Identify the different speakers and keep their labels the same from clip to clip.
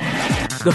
Speaker 1: The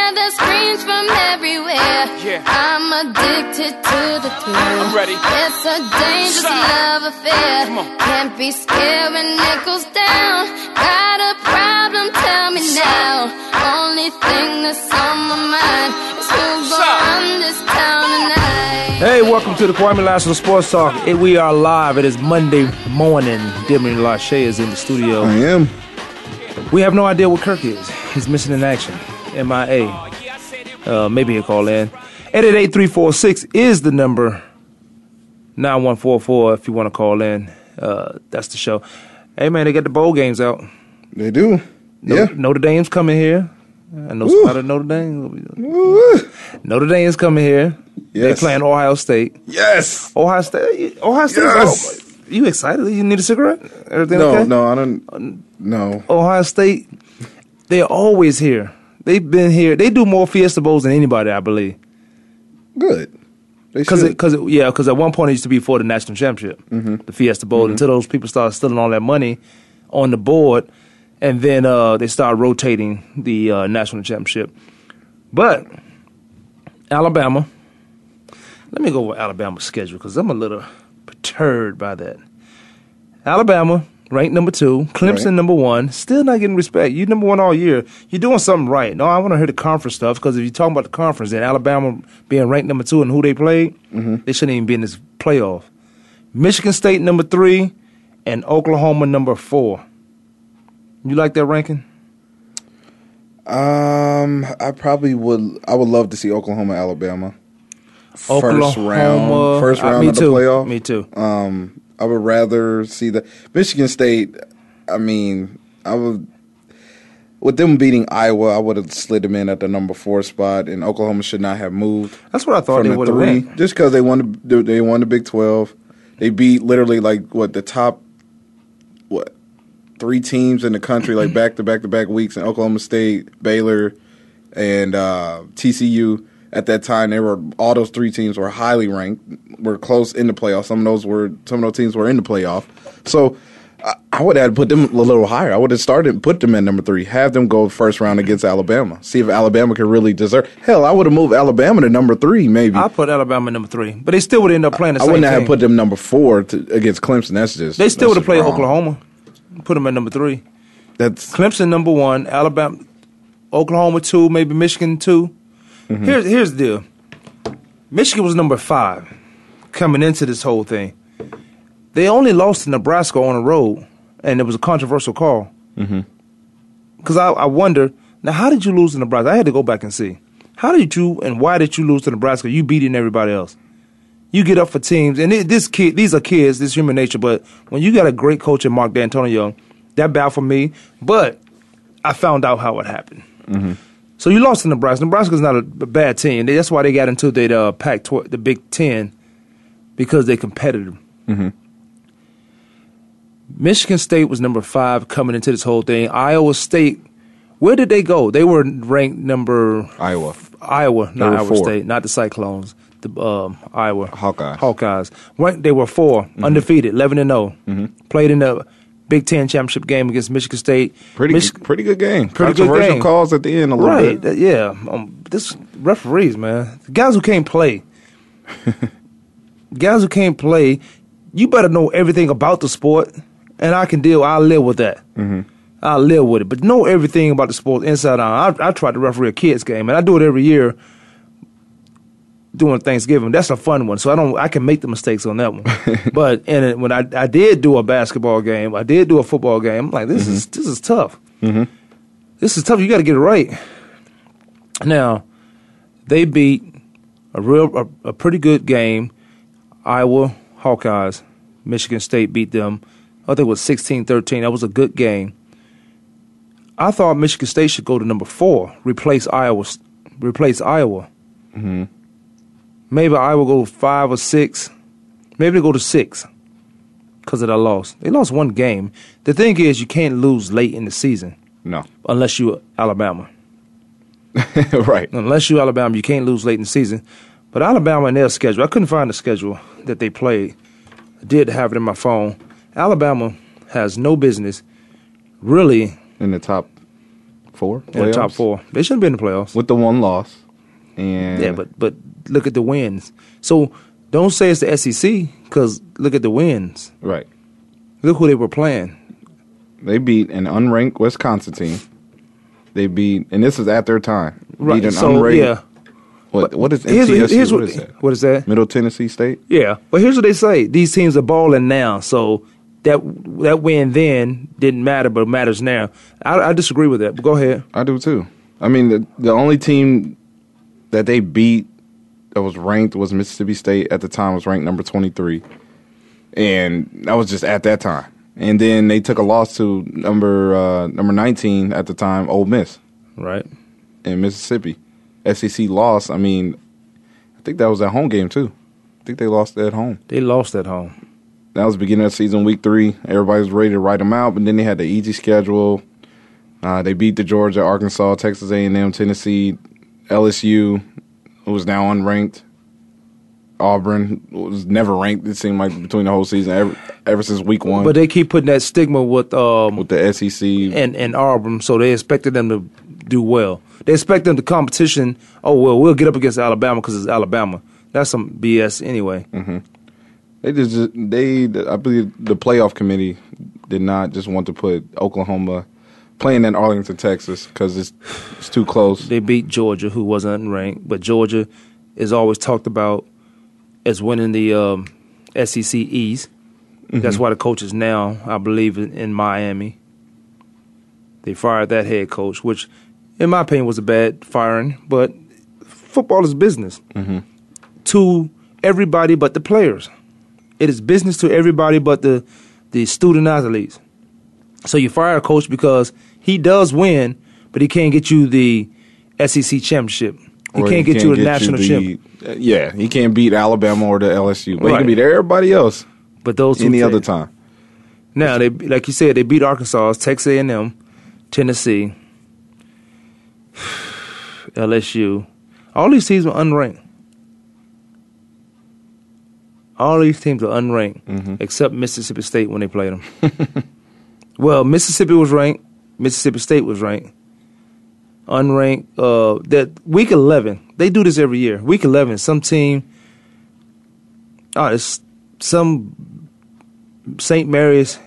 Speaker 2: the screams from everywhere.
Speaker 3: Yeah.
Speaker 2: I'm addicted to the thrill.
Speaker 3: I'm ready.
Speaker 2: It's a dangerous
Speaker 3: Side.
Speaker 2: love affair.
Speaker 3: Come on.
Speaker 2: Can't be scared when it goes down. Got a problem? Tell me now. Only thing that's on my mind is who's gonna
Speaker 3: Side.
Speaker 2: run this town tonight.
Speaker 4: Hey, welcome to the Kwame Lashley Sports Talk. It- we are live. It is Monday morning. Demi Lachey is in the
Speaker 5: I
Speaker 4: studio.
Speaker 5: am.
Speaker 4: We have no idea where Kirk is. He's missing in action. MIA. Uh, maybe he'll call in. 888346 is the number. 9144 if you want to call in. Uh, that's the show. Hey, man, they got the bowl games out.
Speaker 5: They do.
Speaker 4: No-
Speaker 5: yeah.
Speaker 4: Notre Dame's coming here. I know
Speaker 5: Woo.
Speaker 4: somebody at Notre Dame.
Speaker 5: Woo.
Speaker 4: Notre Dame's coming here. They're
Speaker 5: Yes.
Speaker 4: playing Ohio State.
Speaker 5: Yes.
Speaker 4: Ohio State. Ohio State.
Speaker 5: Yes.
Speaker 4: you excited? You need a cigarette? Everything
Speaker 5: No,
Speaker 4: okay?
Speaker 5: no, I don't. Uh, No.
Speaker 4: Ohio State. They're always here. They've been here. They do more Fiesta Bowls than anybody, I believe.
Speaker 5: Good. They
Speaker 4: Because,
Speaker 5: should. Mm-hmm.
Speaker 4: because, yeah, because at one point it used to be for the national championship, the Fiesta Bowl. Until those people started stealing all that money on the board, and then uh, they started rotating the uh, national championship. But Alabama, let me go with Alabama's schedule because I'm a little perturbed by that. Alabama ranked number two, Clemson
Speaker 5: Right.
Speaker 4: number one, still not getting respect. You number one all year. You're doing something right. No, I want to hear the conference stuff because if you're talking about the conference and Alabama being ranked number two and who they played,
Speaker 5: Mm-hmm.
Speaker 4: they shouldn't even be in this playoff. Michigan State number three, and Oklahoma number four. You like that ranking?
Speaker 5: um, I probably would. I would love to see Oklahoma, Alabama. first
Speaker 4: Oklahoma-
Speaker 5: round, first
Speaker 4: uh,
Speaker 5: round
Speaker 4: me
Speaker 5: of the
Speaker 4: too.
Speaker 5: playoff.
Speaker 4: Me too.
Speaker 5: Um, I would rather see the Michigan State. I mean, I would. With them beating Iowa, I would have slid them in at the number four spot, and Oklahoma should not have moved.
Speaker 4: That's what I thought
Speaker 5: from
Speaker 4: they
Speaker 5: the
Speaker 4: would have
Speaker 5: three,
Speaker 4: ranked.
Speaker 5: just because they won the they won the Big Twelve. They beat literally like what the top what three teams in the country like back to back to back weeks in Oklahoma State, Baylor, and uh, TCU. At that time, they were all those three teams were highly ranked, were close in the playoffs. Some of those were some of those teams were in the playoff. So I, I would have put them a little higher. I would have started put them at number three, have them go first round against Alabama, see if Alabama could really deserve. Hell, I would have moved Alabama to number three, maybe.
Speaker 4: I put Alabama number three, but they still would end up playing the
Speaker 5: I
Speaker 4: same
Speaker 5: wouldn't have
Speaker 4: team.
Speaker 5: put them number four to, against Clemson. That's just
Speaker 4: They still would have
Speaker 5: that's just
Speaker 4: played
Speaker 5: wrong.
Speaker 4: Oklahoma. Put them at number three.
Speaker 5: That's
Speaker 4: Clemson number one, Alabama, Oklahoma two, maybe Michigan 2
Speaker 5: Mm-hmm.
Speaker 4: Here's here's the deal. Michigan was number five coming into this whole thing. They only lost to Nebraska on the road, and it was a controversial call.
Speaker 5: Mm-hmm.
Speaker 4: Because I, I wonder now, how did you lose to Nebraska? I had to go back and see. How did you and why did you lose to Nebraska? You beating everybody else. You get up for teams, and it, this kid, these are kids. This is human nature. But when you got a great coach in Mark D'Antonio, that baffled me. But I found out how it happened.
Speaker 5: Mm-hmm.
Speaker 4: So you lost to Nebraska. Nebraska's not a, b- bad team. They- That's why they got into the uh, Pac, tw- the Big Ten, because they competitive.
Speaker 5: Mm-hmm.
Speaker 4: Michigan State was number five coming into this whole thing. Iowa State, where did they go? They were ranked number
Speaker 5: Iowa.
Speaker 4: Iowa, not
Speaker 5: They were
Speaker 4: Iowa
Speaker 5: four.
Speaker 4: State, not the Cyclones, the um, Iowa
Speaker 5: Hawkeyes. Mm-hmm.
Speaker 4: Hawkeyes. Right, they were 4 undefeated, eleven and 0 Played in the Big Ten championship game against Michigan State.
Speaker 5: Pretty
Speaker 4: Mich-
Speaker 5: pretty good game.
Speaker 4: Pretty good
Speaker 5: Controversial
Speaker 4: game.
Speaker 5: calls at the end a little
Speaker 4: right?
Speaker 5: bit.
Speaker 4: that- yeah, um, this referees, man, the guys who can't play, guys who can't play, you better know everything about the sport, and I can deal. I live with that.
Speaker 5: Mm-hmm.
Speaker 4: I live with it, but know everything about the sport inside out. I, I tried to referee a kids game, and I do it every year doing Thanksgiving. That's a fun one. So I don't I can make the mistakes on that one. but and it, when I, I did do a basketball game, I did do a football game. I'm like this
Speaker 5: Mm-hmm.
Speaker 4: is this is tough. This is tough. You got to get it right. Now they beat a real a, a pretty good game. Iowa Hawkeyes, Michigan State beat them I think it was 16 13. That was a good game. I thought Michigan State should go to number four, replace Iowa. Replace Iowa. Maybe Iowa go five or six. Maybe they go to six because of that loss. They lost one game. The thing is, you can't lose late in the season
Speaker 5: No.
Speaker 4: unless you Alabama.
Speaker 5: right.
Speaker 4: Unless you Alabama, you can't lose late in the season. But Alabama and their schedule, I couldn't find the schedule that they played. I did have it in my phone. Alabama has no business really
Speaker 5: In the top four?
Speaker 4: in the top
Speaker 5: playoffs?
Speaker 4: four. They shouldn't be in the playoffs.
Speaker 5: With the one loss. And
Speaker 4: Yeah, but but look at the wins. So don't say it's the SEC because look at the wins.
Speaker 5: Right.
Speaker 4: Look who they were playing.
Speaker 5: They beat an unranked Wisconsin team. They beat, and this is at their time. Beat an
Speaker 4: so
Speaker 5: unranked.
Speaker 4: yeah.
Speaker 5: What, what is
Speaker 4: Here's-
Speaker 5: NTSU?
Speaker 4: here's
Speaker 5: what
Speaker 4: what-
Speaker 5: is that?
Speaker 4: what is that?
Speaker 5: Middle Tennessee State.
Speaker 4: Yeah, but here's what they say: these teams are balling now, so that that win then didn't matter, but it matters now. I, I disagree with that. But go ahead.
Speaker 5: I do too. I mean, the the only team that they beat that was ranked was Mississippi State. At the time, was ranked number twenty three, and that was just at that time. And then they took a loss to number uh, number nineteen at the time, Ole Miss
Speaker 4: Right.
Speaker 5: in Mississippi. SEC loss. I mean, I think that was at home game too. I think they lost at home.
Speaker 4: They lost at home.
Speaker 5: That was the beginning of season week three. Everybody was ready to write them out, but then they had the easy schedule. Uh, they beat the Georgia, Arkansas, Texas A and M, Tennessee, LSU, who was now unranked. Auburn who was never ranked. It seemed like between the whole season, ever, ever since week one
Speaker 4: But they keep putting that stigma with um
Speaker 5: with the E SEC.
Speaker 4: and and Auburn, so they expected them to do well. They expect them to competition. Oh well, we'll get up against Alabama because it's Alabama. That's some BS anyway.
Speaker 5: They just they I believe the playoff committee did not just want to put Oklahoma playing in Arlington, Texas, because it's it's too close.
Speaker 4: They beat Georgia, who wasn't ranked, but Georgia is always talked about as winning the um, SEC East. That's why the coach is now, I believe, in, in Miami. They fired that head coach, which, in my opinion, was a bad firing. But football is business to everybody but the players. It is business to everybody but the the student athletes. So you fire a coach because he does win, but he can't get you the SEC championship. He
Speaker 5: Or
Speaker 4: can't get you a
Speaker 5: get
Speaker 4: national
Speaker 5: the-
Speaker 4: championship.
Speaker 5: uh, Yeah, he can't beat Alabama or the LSU, but he
Speaker 4: Right.
Speaker 5: can beat everybody else
Speaker 4: But those two
Speaker 5: any other
Speaker 4: things-
Speaker 5: time.
Speaker 4: Now they like you said they beat Arkansas, Texas A and M, Tennessee, LSU. All these teams were unranked. All these teams are unranked except Mississippi State when they played them. well, Mississippi was ranked. Mississippi State was ranked. Unranked. Uh, that week eleven. They do this every year. Week eleven, some team. Oh, it's some St. Mary's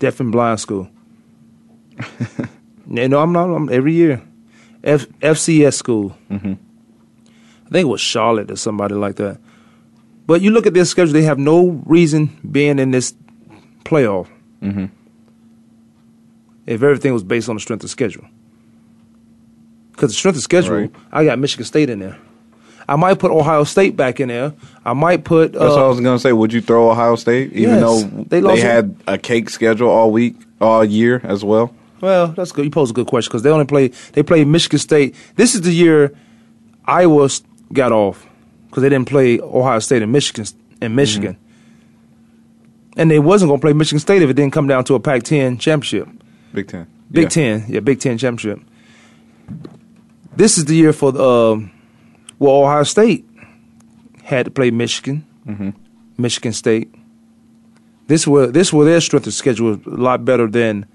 Speaker 4: Deaf and Blind School. no, no, I'm not. I'm every year. F, FCS school.
Speaker 5: Mm-hmm.
Speaker 4: I think it was Charlotte or somebody like that. But you look at their schedule; they have no reason being in this playoff.
Speaker 5: Mm-hmm.
Speaker 4: If everything was based on the strength of schedule, because the strength of schedule,
Speaker 5: Right.
Speaker 4: I got Michigan State in there. I might put Ohio State back in there. I might put.
Speaker 5: That's what I
Speaker 4: uh,
Speaker 5: was gonna say. Would you throw Ohio State, even
Speaker 4: Yes,
Speaker 5: though
Speaker 4: they
Speaker 5: they,
Speaker 4: lost-
Speaker 5: had a cake schedule all week, all year as well?
Speaker 4: Well, that's good. You pose a good question because they only play. They play Michigan State. This is the year Iowa s- got off because they didn't play Ohio State and Michigan and Michigan, and they wasn't going to play Michigan State if it didn't come down to a Pac-10 championship.
Speaker 5: Big Ten,
Speaker 4: Big
Speaker 5: Yeah.
Speaker 4: Ten, yeah, Big Ten championship. This is the year for the um well, Ohio State had to play Michigan,
Speaker 5: Mm-hmm.
Speaker 4: Michigan State. This were this were their strength of schedule was a lot better than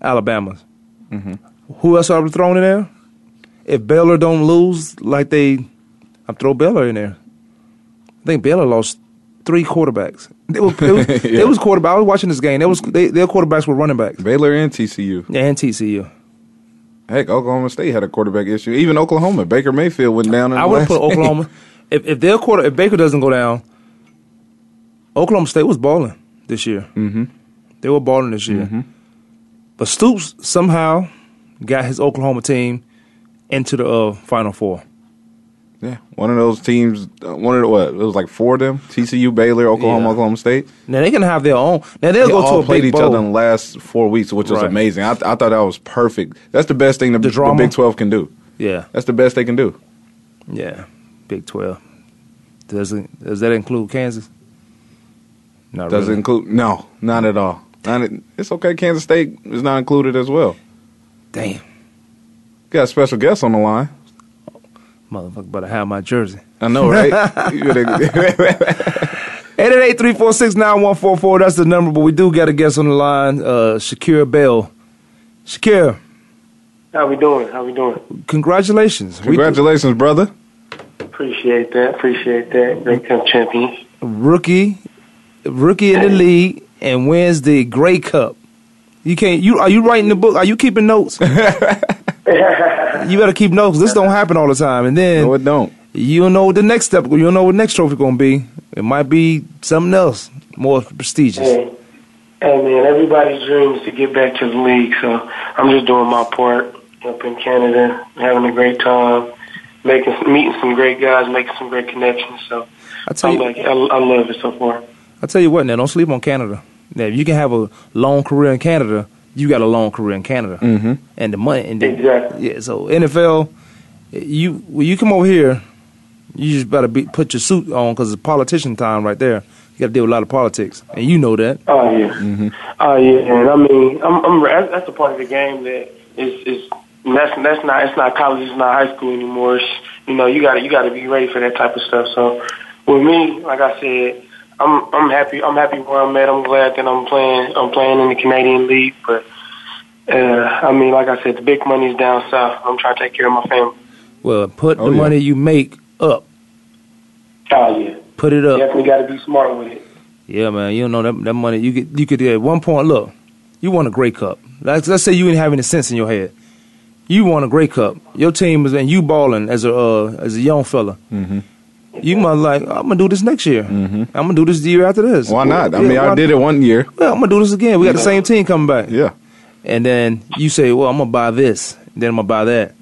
Speaker 4: Alabama's.
Speaker 5: Mm-hmm.
Speaker 4: Who else I would have thrown in there? If Baylor don't lose like they, I throw Baylor in there. I think Baylor lost three quarterbacks. It was, it was,
Speaker 5: Yeah.
Speaker 4: it was quarterback. I was watching this game. It was they, their quarterbacks were running backs.
Speaker 5: Baylor, and TCU.
Speaker 4: Yeah, and TCU.
Speaker 5: Heck, Oklahoma State had a quarterback issue. Even Oklahoma, Baker Mayfield went down. In
Speaker 4: I
Speaker 5: the
Speaker 4: would have
Speaker 5: last
Speaker 4: put
Speaker 5: game.
Speaker 4: Oklahoma. if if their quarter, if Baker doesn't go down, Oklahoma State was balling this year. Mm-hmm. They were balling this year.
Speaker 5: Mm-hmm.
Speaker 4: But Stoops somehow got his Oklahoma team into the uh, Final Four.
Speaker 5: Yeah, one of those teams. uh, One of the, what it was like four of them: TCU, Baylor, Oklahoma,
Speaker 4: Yeah.
Speaker 5: Oklahoma State.
Speaker 4: Now they can have their own. Now they'll
Speaker 5: They
Speaker 4: go
Speaker 5: all
Speaker 4: to a
Speaker 5: played
Speaker 4: big
Speaker 5: each
Speaker 4: bowl.
Speaker 5: other in the last four weeks, which was
Speaker 4: Right.
Speaker 5: amazing. I, I thought that was perfect. That's the best thing the,
Speaker 4: The
Speaker 5: the
Speaker 4: drama?
Speaker 5: Big Twelve can do.
Speaker 4: Yeah,
Speaker 5: That's the best they can do.
Speaker 4: yeah. Big Twelve. Does it, does that include Kansas? Not
Speaker 5: Does it
Speaker 4: really.
Speaker 5: include? No, not at all. Not in- it's okay. Kansas State is not included as well.
Speaker 4: Damn,
Speaker 5: Got a special guest on the line.
Speaker 4: motherfucker, better have my jersey.
Speaker 5: I know, right? You gotta-
Speaker 4: 888-346-9144. That's the number, but we do got a guest on the line, uh, Shakira Bell. Shakira,
Speaker 3: How we doing? How we doing?
Speaker 4: congratulations. We-
Speaker 5: Congratulations, brother.
Speaker 3: Appreciate that. Appreciate that. Great Cup champions.
Speaker 4: rookie, rookie in the league, and wins the Grey Cup. You can't. You are you writing the book? Are you keeping notes? you better keep notes. This don't happen all the time, and then
Speaker 5: No, it don't.
Speaker 4: you don't know what the next step. You don't know what next trophy gonna be. It might be something else more prestigious.
Speaker 3: Hey, hey, man, everybody's dream is to get back to the league, so I'm just doing my part up in Canada, having a great time, making meeting some great guys, making some great connections. So
Speaker 4: I tell
Speaker 3: I'm
Speaker 4: you,
Speaker 3: like, I, I love it so far.
Speaker 4: I tell you what. Now don't sleep on Canada. Now if you can have a long career in Canada, you got a long career in Canada, mm-hmm. and the money. And the,
Speaker 3: Exactly.
Speaker 4: Yeah. So NFL, you when you come over here, you just better be, put your suit on because it's politician time right there. You got to deal with a lot of politics, and you know that.
Speaker 3: Oh yeah, oh yeah, and I mean, I'm, I'm that's, that's a part of the game that is is and that's that's not it's not college, it's not high school anymore. It's, you know, you got to you got to be ready for that type of stuff. So, with me, like I said, I'm I'm happy I'm happy where I'm at. I'm glad that I'm playing I'm playing in the Canadian League, but. Uh, I mean, like I said, the big money's down south. I'm trying to take care of my family.
Speaker 4: Well, put
Speaker 5: Oh,
Speaker 4: the
Speaker 5: yeah.
Speaker 4: money you make up.
Speaker 3: Oh yeah,
Speaker 4: Put it up.
Speaker 3: definitely got to be smart with it.
Speaker 4: Yeah, man. You know that that money you could you could at one point look, you won a Grey Cup. Like, let's say you didn't have any sense in your head. You won a Grey Cup. Your team was and you balling as a uh, as a young fella.
Speaker 5: Mm-hmm.
Speaker 4: You might like I'm gonna do this next year. I'm gonna do this the year after this.
Speaker 5: Why not? I
Speaker 4: Yeah,
Speaker 5: mean, I
Speaker 4: why-
Speaker 5: did it one year.
Speaker 4: Well, I'm gonna do this again. We got the same team coming back.
Speaker 5: Yeah.
Speaker 4: And then you say, well, I'm gonna buy this. Then I'm gonna buy that.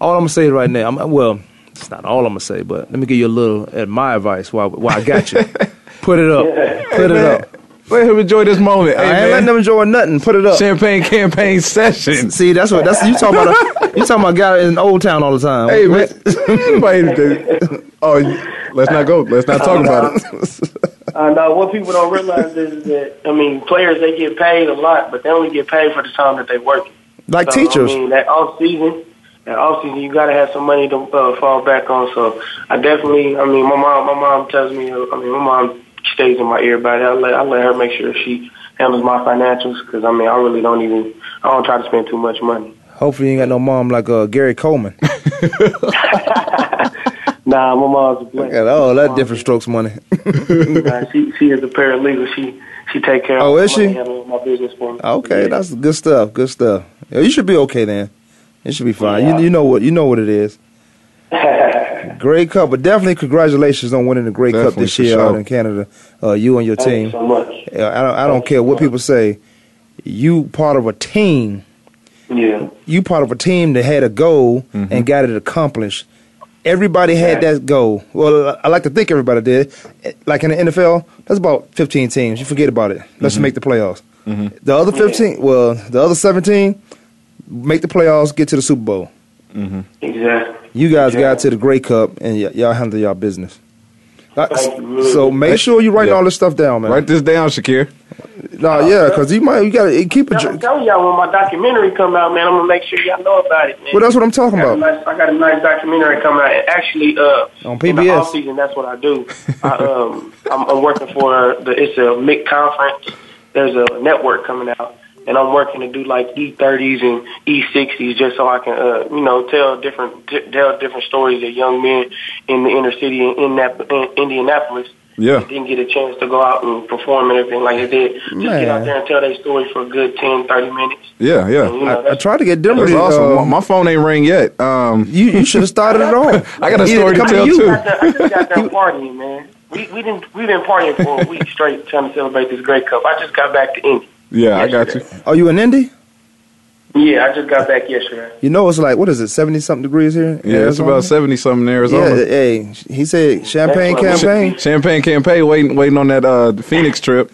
Speaker 4: All I'm gonna say right now, I'm, well, it's not all I'm gonna say, but let me give you a little at my advice. Why? Why I got you? Put it up. Put it up.
Speaker 5: Let him enjoy this moment.
Speaker 4: I ain't letting them enjoy nothing. Put it up.
Speaker 5: Champagne campaign session.
Speaker 4: See, that's what that's you talking about. you talking about a guy in Old Town all the time.
Speaker 5: Hey man, Everybody did- oh, you- let's not go. Let's not talk about it.
Speaker 3: Uh, no, what people don't realize is that I mean, players they get paid a lot, but they only get paid for the time that they work.
Speaker 4: like
Speaker 3: so,
Speaker 4: teachers.
Speaker 3: I mean, that off season, that off season, you gotta have some money to uh, fall back on. So I definitely, I mean, my mom, my mom tells me, uh, I mean, my mom stays in my ear about it. I let, I let her make sure she handles my financials because I mean, I really don't even, I don't try to spend too much money.
Speaker 4: Hopefully, you ain't got no mom like uh, Gary Coleman.
Speaker 3: Nah, my mom's a blessing.
Speaker 4: Got all that different strokes money.
Speaker 3: Nah, she she is a paralegal. She she take care
Speaker 4: Oh,
Speaker 3: of
Speaker 4: is
Speaker 3: my,
Speaker 4: she?
Speaker 3: handles my business for me.
Speaker 4: Okay,
Speaker 3: Yeah.
Speaker 4: that's good stuff. Good stuff. Yeah, You should be okay then. It should be fine.
Speaker 3: Yeah.
Speaker 4: You you know what you know what it is. Great Cup, but definitely congratulations on winning the Great Cup
Speaker 5: Definitely,
Speaker 4: this
Speaker 5: for
Speaker 4: year out
Speaker 5: sure.
Speaker 4: in Canada. Uh, you and your
Speaker 3: Thank you
Speaker 4: team.
Speaker 3: so much.
Speaker 4: Uh, I don't I don't care what people say. You part of a team.
Speaker 3: Yeah.
Speaker 4: You part of a team that had a goal
Speaker 5: Mm-hmm.
Speaker 4: and got it accomplished. Everybody had
Speaker 3: Yeah.
Speaker 4: that goal. Well, I like to think everybody did. Like in the NFL, that's about 15 teams. You forget about it. Let's
Speaker 5: Mm-hmm.
Speaker 4: make the playoffs. The other 15, well, the other 17, make the playoffs, get to the Super Bowl.
Speaker 3: Exactly.
Speaker 4: You guys
Speaker 3: Yeah.
Speaker 4: got to the Grey Cup, and y- y'all handle y'all business. Uh,
Speaker 3: Thank you.
Speaker 4: so make sure you write
Speaker 5: Yeah.
Speaker 4: all this stuff down, man.
Speaker 5: Write this down, Shakir.
Speaker 4: Nah, yeah, because you might you got to keep it.
Speaker 3: I'm telling y'all when my documentary come out, man, I'm gonna make sure y'all know about it, man.
Speaker 4: Well, that's what I'm talking
Speaker 3: I got, a
Speaker 4: about.
Speaker 3: nice, I got a nice documentary coming out. And actually, uh,
Speaker 4: On
Speaker 3: in the
Speaker 4: PBS.
Speaker 3: off season, that's what I do. I, um, I'm, I'm working for the. It's a MIC conference. There's a network coming out, and I'm working to do like E30s and E60s, just so I can, uh, you know, tell different t- tell different stories of young men in the inner city in, Innap- in Indianapolis.
Speaker 5: Yeah.
Speaker 3: that Didn't get a chance to go out and perform and everything like they did. Just get
Speaker 4: Man.
Speaker 3: out there and tell their story for a good ten, thirty minutes.
Speaker 5: Yeah,
Speaker 3: And, you
Speaker 5: yeah.
Speaker 3: know,
Speaker 4: I tried to get Denver.
Speaker 5: That's
Speaker 4: to,
Speaker 5: awesome.
Speaker 4: uh,
Speaker 5: My- My phone ain't ring yet. Um,
Speaker 4: You you should have started it on.
Speaker 5: I got a
Speaker 4: Either
Speaker 5: story to
Speaker 4: come
Speaker 5: tell
Speaker 4: you.
Speaker 5: too.
Speaker 3: I just got done partying, man. We we didn't we've been partying for a week straight trying to celebrate this Grey Cup. I just got back to Indy.
Speaker 5: yeah, I got you.
Speaker 4: Are you an indie?
Speaker 3: Yeah, I just got back yesterday.
Speaker 4: You know, it's like what is it, seventy something degrees here? in
Speaker 5: Yeah, it's
Speaker 4: Arizona?
Speaker 5: about seventy something in
Speaker 4: Yeah,
Speaker 5: Arizona.
Speaker 4: hey, he said champagne
Speaker 3: That's what I'm
Speaker 4: campaign.
Speaker 5: Champagne campaign waiting waiting on that uh Phoenix trip.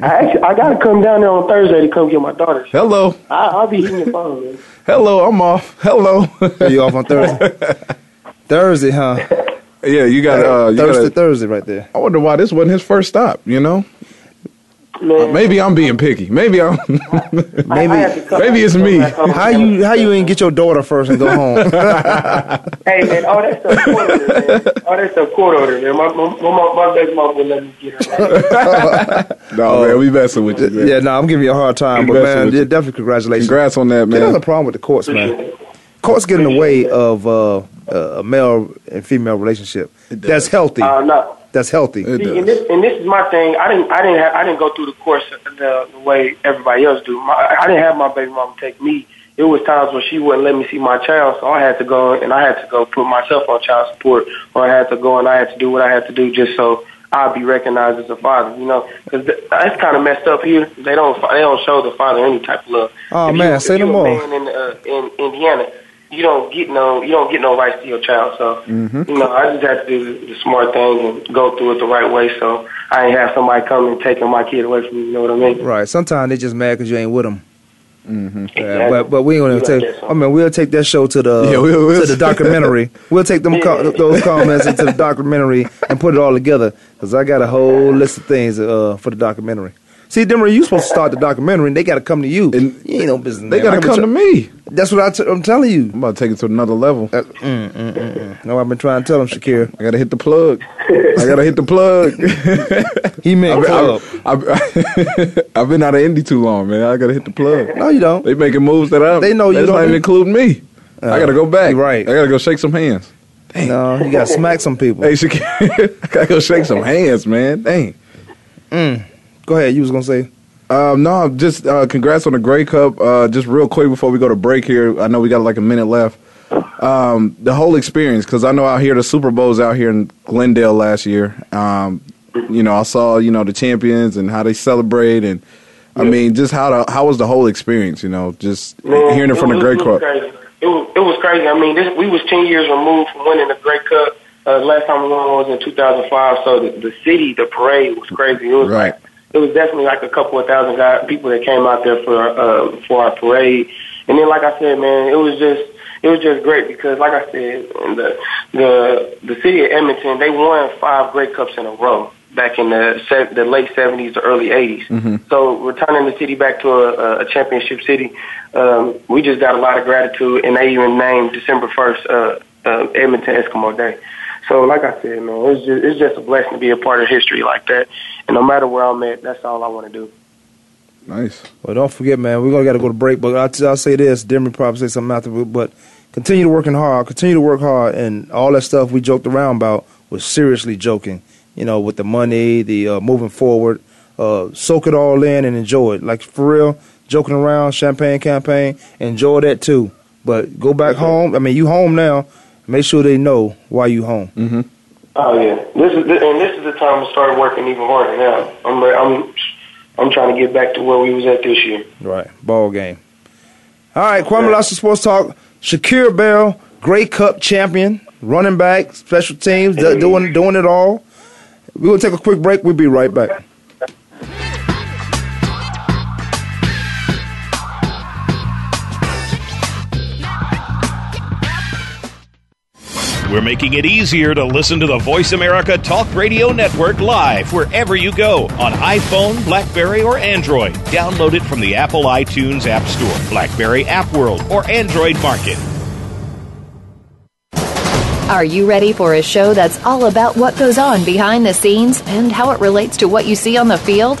Speaker 3: I actually, I gotta come down there on Thursday to come get my daughter.
Speaker 4: Uh,
Speaker 5: Hello.
Speaker 3: I, I'll be hitting your phone. Man.
Speaker 5: Hello, I'm off. Hello.
Speaker 4: Are you off on
Speaker 3: Oh,
Speaker 4: Thursday? Thursday, huh?
Speaker 5: yeah, you got uh you
Speaker 4: Thursday,
Speaker 5: gotta-
Speaker 4: Thursday, right there.
Speaker 5: I wonder why this wasn't his first stop, you know?
Speaker 4: uh,
Speaker 3: Man,
Speaker 5: Maybe I'm being picky. Maybe I'm
Speaker 3: I, I have to come,
Speaker 5: maybe it's
Speaker 3: come
Speaker 5: me.
Speaker 3: back home.
Speaker 4: How you how you ain't get your daughter first and go home?
Speaker 3: Hey man, all that stuff court order, man. All that stuff court order, man. My my my, mom- my baby mom would let me get her. Right?
Speaker 5: No, man, we messing with you. Man.
Speaker 4: yeah, no, I'm giving you a hard time, but
Speaker 5: Congrats
Speaker 4: man,
Speaker 5: with
Speaker 4: yeah,
Speaker 5: you.
Speaker 4: definitely congratulations.
Speaker 5: Congrats on that,
Speaker 4: That's the
Speaker 5: man.
Speaker 4: problem with the courts, man. Courts get in the way of uh, a male and female relationship. That's healthy.
Speaker 3: Uh, no.
Speaker 4: That's healthy.
Speaker 5: It
Speaker 3: See,
Speaker 5: does.
Speaker 3: and this and this is my thing. I didn't I didn't have I didn't go through the course the, the way everybody else do. My, I didn't have my baby mom take me. It was times when she wouldn't let me see my child, so I had to go and I had to go put myself on child support, or I had to go and I had to do what I had to do just so I'd be recognized as a father. You know, because that's kind of messed up here. They don't they don't show the father any type of love.
Speaker 4: Oh,
Speaker 3: If
Speaker 4: man,
Speaker 3: you,
Speaker 4: say
Speaker 3: if
Speaker 4: no
Speaker 3: you
Speaker 4: more.
Speaker 3: A man in, uh, in Indiana, you don't get no you don't get no rights to your child. So you know, I just had to do the smart thing and go through it the right way. So I ain't have somebody come and taking my kid away from me. You know what I mean?
Speaker 4: Right. Sometimes they just mad because you ain't with them. Yeah,
Speaker 3: Exactly.
Speaker 4: but but we ain't gonna
Speaker 3: You
Speaker 4: take.
Speaker 3: like that song.
Speaker 4: I mean, we'll take that show to the
Speaker 5: Yeah, we- we'll-
Speaker 4: to the documentary. We'll take them co- those comments into the documentary and put it all together because I got a whole list of things uh, for the documentary. See, Demery, you supposed to start the documentary, and they got to come to you.
Speaker 5: And
Speaker 4: you ain't no business.
Speaker 5: They
Speaker 4: man.
Speaker 5: gotta
Speaker 4: I've been
Speaker 5: come to
Speaker 4: try-
Speaker 5: me.
Speaker 4: That's what I t- I'm telling you. Uh, mm,
Speaker 5: I'm about to take it to another level. I
Speaker 4: No, I've been trying to tell him, Shakir.
Speaker 5: gotta hit the plug. I gotta hit the plug.
Speaker 4: He meant club.
Speaker 5: I've, I've, I've been out of Indy too long, man. I gotta hit the plug.
Speaker 4: No, you don't.
Speaker 5: They making moves that I
Speaker 4: They know you
Speaker 5: that's
Speaker 4: don't
Speaker 5: not even
Speaker 4: do-
Speaker 5: including me. I gotta go back.
Speaker 4: you're right.
Speaker 5: I gotta go shake some hands.
Speaker 4: No, you got to smack some people.
Speaker 5: Hey, Shakir, I gotta go shake some hands, man. Dang.
Speaker 4: Go ahead. You was gonna say.
Speaker 5: Um, no, just uh, congrats on the Grey Cup. Uh, just real quick before we go to break here, I know we got like a minute left. Um, the whole experience, because I know out here the Super Bowls out here in Glendale last year. Um, you know, I saw you know the champions and how they celebrate, and I mean, just how the, how was the whole experience? You know, just
Speaker 3: Man,
Speaker 5: hearing it from the
Speaker 3: was-
Speaker 5: Grey
Speaker 3: it
Speaker 5: Cup.
Speaker 3: was crazy. It was it was crazy. I mean, this we was ten years removed from winning the Great Cup. Uh, last time we won was in 2005. So the, the city, the parade was crazy. It was
Speaker 5: Right.
Speaker 3: like it was definitely like a couple of thousand guys, people that came out there for uh, for our parade. And then, like I said, man, it was just it was just great because, like I said, the the the city of Edmonton they won five Great Cups in a row back in the se- the late seventies, the early 80s So returning the city back to a, a championship city, um, we just got a lot of gratitude, and they even named December first uh, uh, Edmonton Eskimo Day. So, like I said, man, it's just it's just a blessing to be a part of history like that. And no matter where I'm at, that's all I want to do.
Speaker 5: Nice.
Speaker 4: Well, don't forget, man. We're gonna gotta go to break, but I'll, I'll say this: Denver probably say something after, but- but continue working hard, continue to work hard, and all that stuff we joked around about was seriously joking. You know, with the money, the uh, moving forward, uh, soak it all in and enjoy it. Like for real, joking around, champagne campaign, enjoy that too. But go back home. I mean, you home now. Make sure they know why you home.
Speaker 3: Oh yeah, this is the, and this is the time to start working even harder. Now I'm re- I'm I'm trying to get back to where we was at this year.
Speaker 4: Right, ball game. All right, Kwame Lasseter Sports Talk. Shakir Bell, Grey Cup champion, running back, special teams, do- doing doing it all. We will take a quick break. We'll be right back.
Speaker 6: We're making it easier to listen to the Voice America Talk Radio Network live wherever you go on iPhone, Blackberry, or Android. Download it from the Apple iTunes App Store, Blackberry App World, or Android Market.
Speaker 7: Are you ready for a show that's all about what goes on behind the scenes and how it relates to what you see on the field?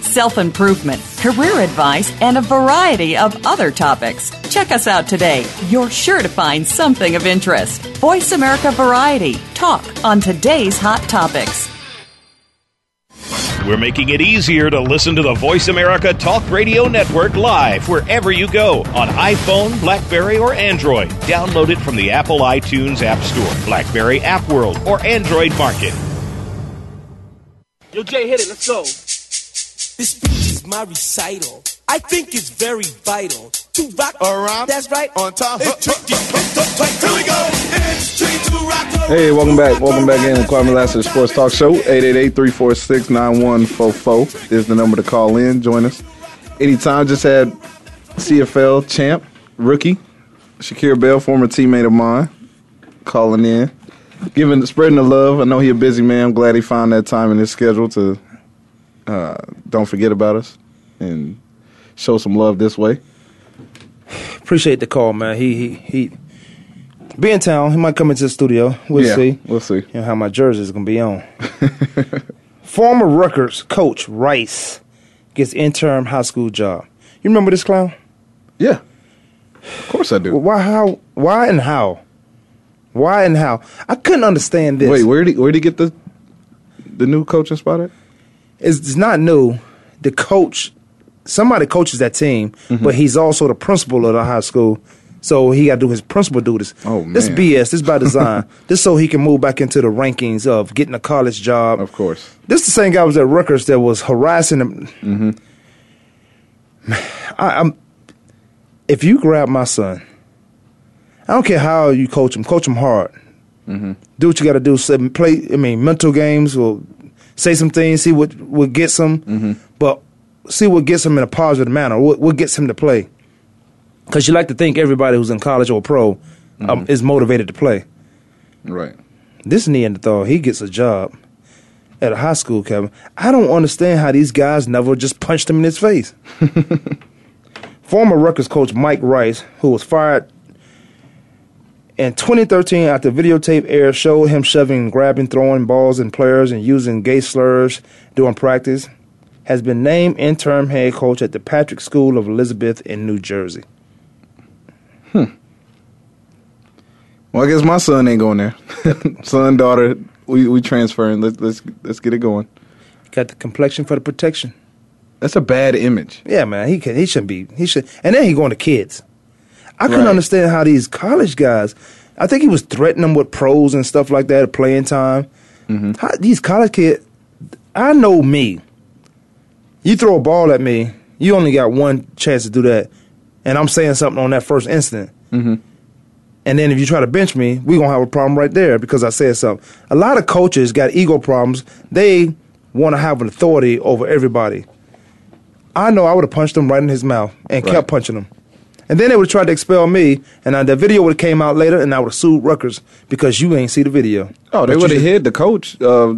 Speaker 8: self improvement, career advice, and a variety of other topics. Check us out today. You're sure to find something of interest. Voice America Variety. Talk on today's hot topics.
Speaker 6: We're making it easier to listen to the Voice America Talk Radio Network live wherever you go on iPhone, Blackberry, or Android. Download it from the Apple iTunes App Store, Blackberry App World, or Android Market.
Speaker 9: Yo, Jay, hit it. Let's go. This speech is my recital. I think it's very vital to rock around. That's right. On top. It's tricky. Here we go. It's tricky to rock around.
Speaker 5: Hey, welcome back. Welcome back in to Kwame Lasseter Sports Talk Show. 888-346-9144 is the number to call in. Join us. Anytime, just had CFL champ, rookie, Shakir Bell, former teammate of mine, calling in. Giving, spreading the love. I know he a busy man. I'm glad he found that time in his schedule to uh, don't forget about us and show some love this way.
Speaker 4: Appreciate the call, man. He he he. Be in town. He might come into the studio. We'll
Speaker 5: Yeah,
Speaker 4: see.
Speaker 5: We'll see.
Speaker 4: You know how my jersey is gonna be on. Former Rutgers coach Rice gets interim high school job. You remember this clown?
Speaker 5: Yeah. Of course I do.
Speaker 4: Why? How? Why and how? Why and how? I couldn't understand this.
Speaker 5: Wait, where did where did he get the the new coaching spot at?
Speaker 4: it's, it's not new. The coach, somebody coaches that team,
Speaker 5: Mm-hmm.
Speaker 4: but he's also the principal of the high school. So he got to do his principal duties.
Speaker 5: Oh,
Speaker 4: This
Speaker 5: man.
Speaker 4: BS. This by design. this so he can move back into the rankings of getting a college job.
Speaker 5: Of course.
Speaker 4: This the same guy was at Rutgers that was harassing him. I, I'm. If you grab my son, I don't care how you coach him. Coach him hard. Do what you got to do. Say, play. I mean, mental games or say some things. See what what gets him. But see what gets him in a positive manner. What what gets him to play? Because you like to think everybody who's in college or pro um, is motivated to play.
Speaker 5: Right.
Speaker 4: This Neanderthal, he gets a job at a high school, Kevin. I don't understand how these guys never just punched him in his face. Former Rutgers coach Mike Rice, who was fired in 2013 after videotape air showed him shoving, grabbing, throwing balls and players and using gay slurs during practice, has been named interim head coach at the Patrick School of Elizabeth in New Jersey.
Speaker 5: Well, I guess my son ain't going there. son, daughter, we we transferring. Let's let's let's get it going.
Speaker 4: Got the complexion for the protection.
Speaker 5: That's a bad image.
Speaker 4: Yeah, man, he can, he shouldn't be. He should, and then he going to kids. I couldn't
Speaker 5: Right.
Speaker 4: understand how these college guys. I think he was threatening them with pros and stuff like that, playing time.
Speaker 5: Mm-hmm.
Speaker 4: How, these college kids. I know me. You throw a ball at me, you only got one chance to do that, and I'm saying something on that first instant.
Speaker 5: Mm-hmm.
Speaker 4: And then if you try to bench me, we gonna have a problem right there because I said something. A lot of coaches got ego problems. They want to have an authority over everybody. I know I would have punched him right in his mouth and
Speaker 5: Right.
Speaker 4: kept punching him. And then they would have tried to expel me, and uh, the video would have came out later, and I would have sued Rutgers because you ain't see the video.
Speaker 5: Oh, they
Speaker 4: But you
Speaker 5: would have
Speaker 4: just-
Speaker 5: hid the coach uh,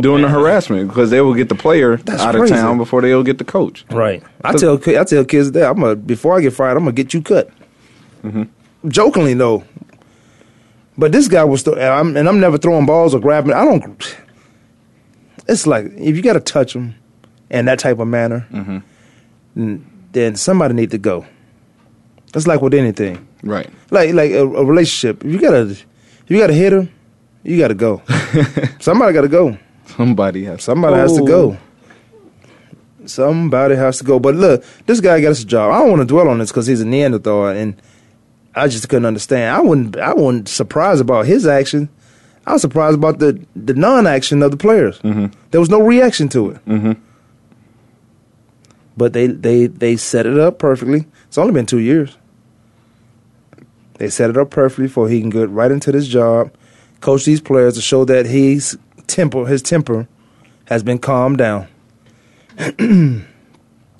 Speaker 5: doing the harassment because they will get the player
Speaker 4: That's
Speaker 5: out
Speaker 4: crazy.
Speaker 5: of town before they'll get the coach.
Speaker 4: Right. I tell ki- I tell kids that I'm a before I get fired, I'm gonna get you cut. Jokingly though, but this guy was th- and, I'm, and I'm never throwing balls or grabbing. I don't. It's like if you gotta touch him in that type of manner, then- then somebody need to go. That's like with anything,
Speaker 5: Right.
Speaker 4: like like a, a relationship. If you gotta if you gotta hit him, you gotta go. somebody gotta go.
Speaker 5: Somebody has
Speaker 4: Somebody has to go. Somebody has to go. But look, this guy got us a job. I don't want to dwell on this because he's a Neanderthal, and I just couldn't understand. I wouldn't. I wasn't surprised about his action. I was surprised about the the non-action of the players. There was no reaction to it. But they they they set it up perfectly. It's only been two years. They set it up perfectly for he can get right into this job, coach these players to show that he's temper his temper has been calmed down.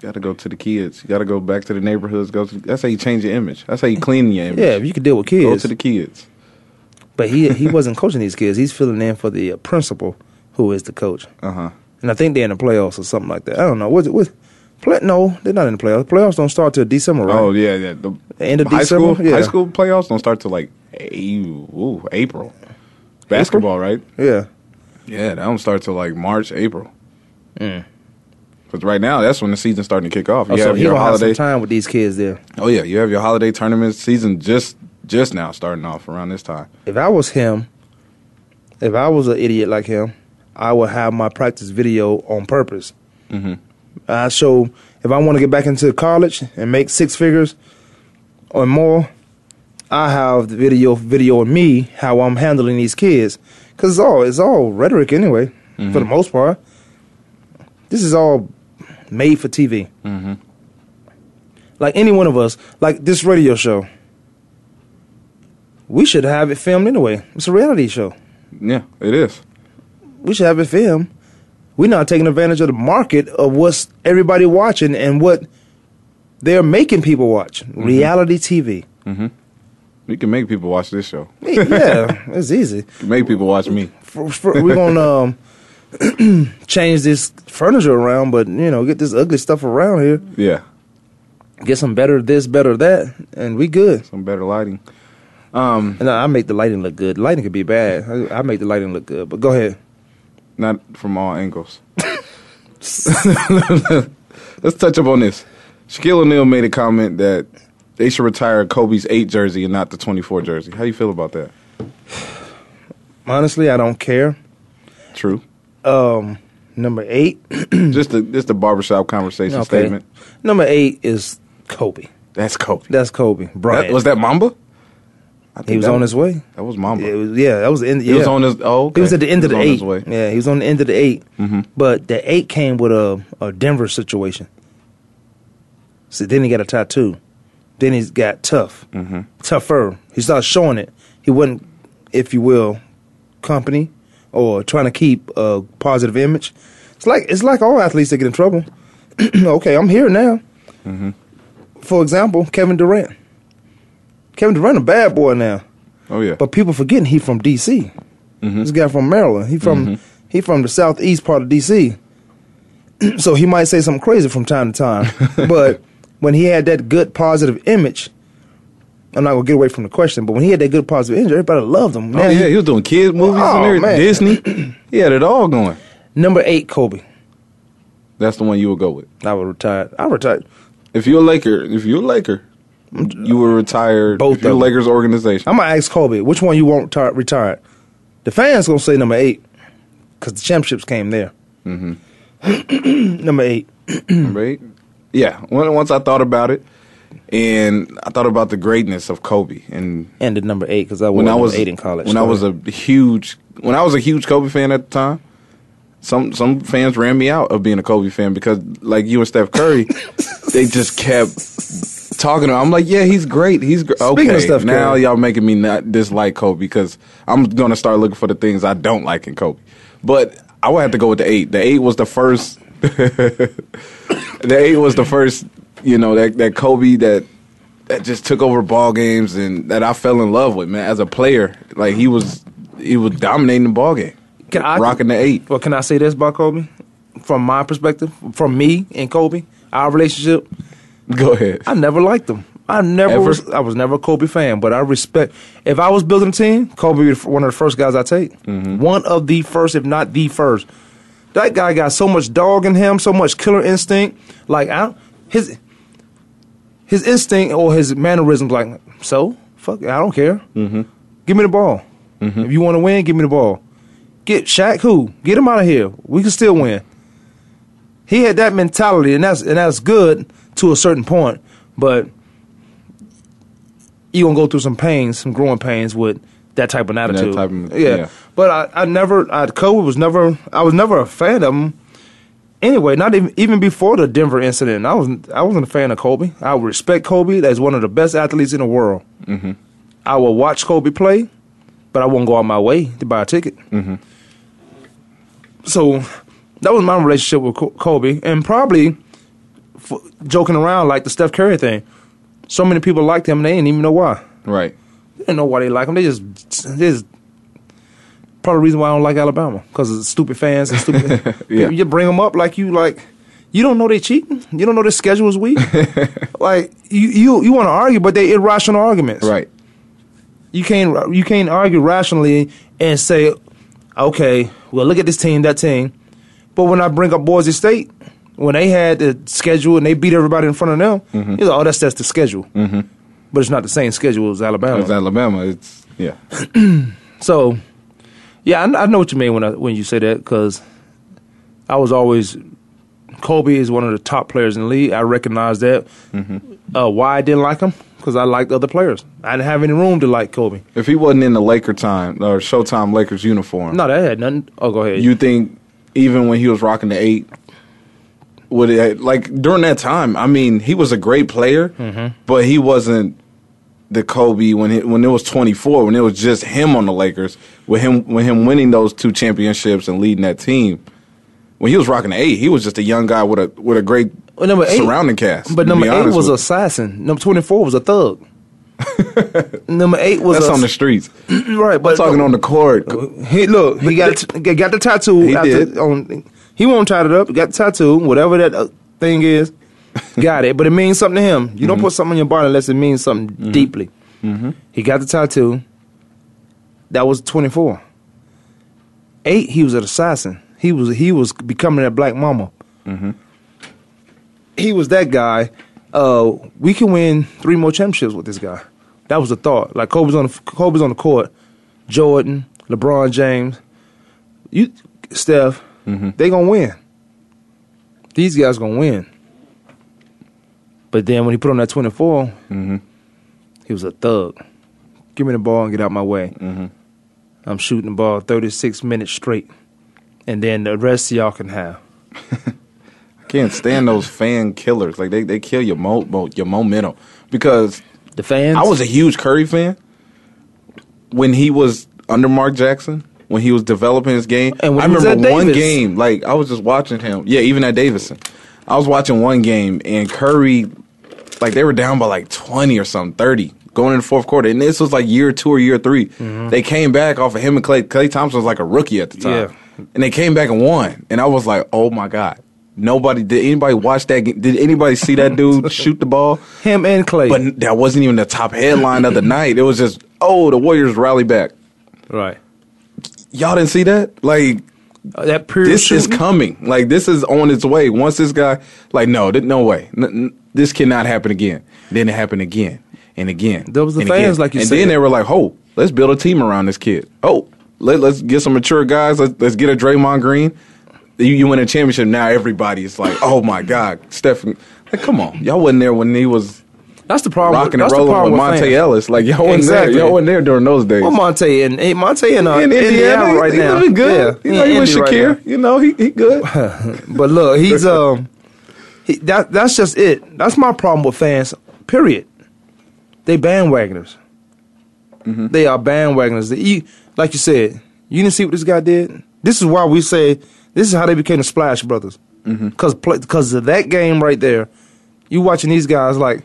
Speaker 5: Got to go to the kids. You got to go back to the neighborhoods. Go. To, that's how you change your image. That's how you clean your image.
Speaker 4: Yeah, if you can deal with
Speaker 5: Go
Speaker 4: kids.
Speaker 5: to the kids.
Speaker 4: But he he wasn't coaching these kids. He's filling in for the uh, principal, who is the coach.
Speaker 5: Uh huh.
Speaker 4: And I think they're in the playoffs or something like that. I don't know. What what? Play, no, they're not in the playoffs. Playoffs don't start till December, right?
Speaker 5: Oh yeah, yeah. The
Speaker 4: End of
Speaker 5: high
Speaker 4: December?
Speaker 5: school,
Speaker 4: Yeah.
Speaker 5: high school playoffs don't start till like a- ooh, April. Basketball, right?
Speaker 4: yeah.
Speaker 5: Yeah, that don't start till like March, April. Because right now, that's when the season's starting to kick off. You
Speaker 4: Oh, so
Speaker 5: have
Speaker 4: he
Speaker 5: your
Speaker 4: gonna have some
Speaker 5: holiday.
Speaker 4: time with these kids there.
Speaker 5: Oh yeah, you have your holiday tournament season just just now starting off around this time.
Speaker 4: If I was him, if I was an idiot like him, I would have my practice video on purpose. I show if I want to get back into college and make six figures or more, I have the video video of me how I'm handling these kids because it's all it's all rhetoric anyway for the most part. This is all made for TV. Like any one of us, like this radio show, we should have it filmed anyway. It's a reality show.
Speaker 5: Yeah, it is.
Speaker 4: We should have it filmed. We're not taking advantage of the market of what's everybody watching and what they're making people watch. Reality TV.
Speaker 5: You can make people watch this show. You
Speaker 4: yeah, it's easy.
Speaker 5: can make people watch me.
Speaker 4: For, for, we're gonna um, change this furniture around, but you know, get this ugly stuff around here.
Speaker 5: Yeah,
Speaker 4: Get some better this, better that, and we good.
Speaker 5: some better lighting.
Speaker 4: And I I make the lighting look good. Lighting could be bad. I, I make the lighting look good, but go ahead.
Speaker 5: not from all angles. Let's touch up on this. Shaquille O'Neal made a comment that they should retire Kobe's eight jersey and not the twenty four jersey. How you feel about that?
Speaker 4: Honestly, I don't care.
Speaker 5: True.
Speaker 4: Number eight.
Speaker 5: just the just the barbershop conversation
Speaker 4: Mm. Okay.
Speaker 5: statement.
Speaker 4: Number eight is Kobe.
Speaker 5: That's Kobe.
Speaker 4: That's Kobe. Bryant.
Speaker 5: That- was that Mamba? I think
Speaker 4: He was
Speaker 5: that
Speaker 4: on his way.
Speaker 5: That was Mamba.
Speaker 4: It was, yeah, that was the end.
Speaker 5: He
Speaker 4: yeah.
Speaker 5: was on his- oh, okay.
Speaker 4: He was at the end
Speaker 5: He
Speaker 4: of the
Speaker 5: was on his
Speaker 4: eight.
Speaker 5: way. Mm-hmm.
Speaker 4: Yeah, he was on the end of the 8 But the eight came with a, a Denver situation. So then he got a tattoo. Then he's got tough, mm-hmm. tougher. He started showing it. He wasn't, if you will, company or trying to keep a positive image. It's like it's like all athletes that get in trouble. okay, I'm here now.
Speaker 5: Mm-hmm.
Speaker 4: For example, Kevin Durant. Kevin Durant a bad boy now.
Speaker 5: oh yeah.
Speaker 4: But people forgetting he from DC.
Speaker 5: Mm-hmm.
Speaker 4: This guy from Maryland. He from he from the southeast part of DC. so he might say something crazy from time to time. but when he had that good positive image, I'm not gonna get away from the question, but when he had that good positive image, everybody loved him.
Speaker 5: oh
Speaker 4: Man,
Speaker 5: yeah,
Speaker 4: he-
Speaker 5: he was doing kids movies
Speaker 4: Oh,
Speaker 5: and everything.
Speaker 4: man.
Speaker 5: Disney. he had it all going.
Speaker 4: number eight, Kobe.
Speaker 5: That's the one you would go with.
Speaker 4: I would retire. I retired.
Speaker 5: If you're a Laker, if you're a Laker, you would retire
Speaker 4: Both
Speaker 5: if you're a
Speaker 4: of them.
Speaker 5: Lakers organization.
Speaker 4: I'm gonna ask Kobe which one you want retired. retired. The fans gonna say number eight because the championships came there.
Speaker 5: Mm-hmm.
Speaker 4: number eight.
Speaker 5: right? Yeah. When, once I thought about it, and I thought about the greatness of Kobe, and
Speaker 4: And the number eight because I
Speaker 5: when I was
Speaker 4: eight in college.
Speaker 5: when I
Speaker 4: Go
Speaker 5: was
Speaker 4: ahead.
Speaker 5: a huge when I was a huge Kobe fan at the time, some some fans ran me out of being a Kobe fan because like you and Steph Curry, they just kept talking. to him. I'm like, yeah, he's great. He's gr-
Speaker 4: Speaking
Speaker 5: okay.
Speaker 4: of Steph
Speaker 5: now
Speaker 4: Curry.
Speaker 5: y'all making me not dislike Kobe because I'm gonna start looking for the things I don't like in Kobe. But I would have to go with the eight. The eight was the first. the eight was the first. You know that that Kobe that that just took over ball games and that I fell in love with, man. As a player, like he was he was dominating the ball game,
Speaker 4: Can I-
Speaker 5: rocking the eight.
Speaker 4: Well, can I say this about Kobe? From my perspective, from me and Kobe, our relationship,
Speaker 5: Go ahead.
Speaker 4: I never liked him. I never
Speaker 5: Ever?
Speaker 4: was. I was never a Kobe fan, but I respect. If I was building a team, Kobe would be one of the first guys I take. One of the first, if not the first. That guy got so much dog in him, so much killer instinct. Like I, his his instinct or his mannerisms, like so fuck, it, I don't care. Mm-hmm. Give me the ball. If you want to win, give me the ball. Get Shaq, who get him out of here. We can still win he had that mentality, and that's and that's good to a certain point. But you gonna go through some pains, some growing pains with that type of attitude.
Speaker 5: type of-
Speaker 4: yeah.
Speaker 5: yeah.
Speaker 4: But I, I never, I, Kobe was never, I was never a fan of him. Anyway, not even even before the Denver incident, I was I wasn't a fan of Kobe. I respect Kobe as one of the best athletes in the world. I will watch Kobe play, but I won't go out my way to buy a ticket. So that was my relationship with Ko- Kobe, and probably f- joking around like the Steph Curry thing. So many people liked him, and they didn't even know why.
Speaker 5: Right.
Speaker 4: didn't know why they like them. They just, they just probably the reason why I don't like Alabama because of stupid fans and stupid.
Speaker 5: Yeah.
Speaker 4: You bring them up like you like. You don't know they cheating. You don't know their schedule is weak. like you, you, you want to argue, but they irrational arguments.
Speaker 5: Right.
Speaker 4: You can't, you can't argue rationally and say, okay, well, look at this team, that team. But when I bring up Boise State, when they had the schedule and they beat everybody in front of them, you're like, oh, that's that's the schedule. Mm-hmm. But it's not the same schedule as Alabama.
Speaker 5: It's Alabama. It's yeah.
Speaker 4: So, yeah, I, I know what you mean when I, when you say that because I was always Kobe is one of the top players in the league. I recognize that. Uh, why I didn't like him because I liked other players. I didn't have any room to like Kobe.
Speaker 5: If he wasn't in the Laker time or Showtime Lakers uniform,
Speaker 4: No, that had nothing. Oh, go ahead.
Speaker 5: you think even when he was rocking the eight, would it like during that time? I mean, he was a great player,
Speaker 4: Mm-hmm.
Speaker 5: but he wasn't the Kobe when he, when it was twenty four when it was just him on the Lakers with him with him winning those two championships and leading that team. When he was rocking the eight, he was just a young guy with a with a great
Speaker 4: Well, Oh, number eight-
Speaker 5: surrounding cast.
Speaker 4: but
Speaker 5: to
Speaker 4: number
Speaker 5: be
Speaker 4: eight
Speaker 5: honest
Speaker 4: was
Speaker 5: with you.
Speaker 4: assassin. Number twenty four was a thug. number eight was
Speaker 5: that's
Speaker 4: a,
Speaker 5: on the streets.
Speaker 4: right. But
Speaker 5: Talking on the court,
Speaker 4: He look, he got he got the tattoo.
Speaker 5: He
Speaker 4: after-
Speaker 5: did.
Speaker 4: On, he won't tie it up. Got the tattoo, whatever that uh, thing is. got it, but it means something to him. You
Speaker 5: Mm-hmm.
Speaker 4: don't put something on your body unless it means something deeply. He got the tattoo. That was twenty four. Eight, he was an assassin. He was he was becoming that black mama. He was that guy. Uh, we can win three more championships with this guy. That was the thought. Like Kobe's on the, Kobe's on the court. Jordan, LeBron James, you Steph, they gonna win. These guys gonna win. But then when he put on that twenty he was a thug. Give me the ball and get out my way. I'm shooting the ball thirty six minutes straight, and then the rest y'all can have.
Speaker 5: Can't stand those fan killers. Like they, they kill your mo, mo your momentum because
Speaker 4: The fans.
Speaker 5: I was a huge Curry fan when he was under Mark Jackson when he was developing his game.
Speaker 4: And when
Speaker 5: I
Speaker 4: he was
Speaker 5: remember
Speaker 4: at
Speaker 5: one
Speaker 4: Davis.
Speaker 5: game like I was just watching him. Yeah, even at Davidson, I was watching one game and Curry like they were down by like 20 or something 30 going in the fourth quarter and this was like year two or year 3
Speaker 4: Mm-hmm.
Speaker 5: they came back off of him and clay clay thompson was like a rookie at the time
Speaker 4: Yeah.
Speaker 5: and they came back and won and i was like oh my god nobody did anybody watch that game? did anybody see that dude shoot the ball
Speaker 4: him and Clay.
Speaker 5: but that wasn't even the top headline of the night it was just oh the warriors rally back
Speaker 4: right.
Speaker 5: y'all didn't see that like
Speaker 4: Uh, that period.
Speaker 5: this is
Speaker 4: shooting,
Speaker 5: coming. Like this is on its way. Once this guy, like, no, th- no way, N- n- this cannot happen again. Then it happened again and again.
Speaker 4: That was the
Speaker 5: and
Speaker 4: fans, like you
Speaker 5: and
Speaker 4: said.
Speaker 5: then they were like, "Oh, let's build a team around this kid. Oh, let, let's get some mature guys. Let's, let's get a Draymond Green. You, you win a championship now. Everybody's like, oh my god, Stephen. Like, come on, y'all wasn't there when he was
Speaker 4: that's the problem.
Speaker 5: rocking and
Speaker 4: that's the
Speaker 5: rolling
Speaker 4: problem
Speaker 5: with
Speaker 4: with
Speaker 5: Monte
Speaker 4: fans.
Speaker 5: Ellis. Like y'all wasn't
Speaker 4: Exactly.
Speaker 5: there. Y'all wasn't there during those days.
Speaker 4: Well, Monte and eh, Monte and uh,
Speaker 5: in Indiana,
Speaker 4: right
Speaker 5: he, he
Speaker 4: now.
Speaker 5: living good.
Speaker 4: Yeah,
Speaker 5: you know, he with
Speaker 4: Indy right now.
Speaker 5: Shakir. you know, he he good.
Speaker 4: But look, he's um, he, that that's just it. That's my problem with fans. Period. They bandwagoners.
Speaker 5: Mm-hmm.
Speaker 4: They are bandwagoners. They, you, like you said, you didn't see what this guy did. This is why we say this is how they became the Splash Brothers.
Speaker 5: Mm-hmm.
Speaker 4: Because because of that game right there, you watching these guys like,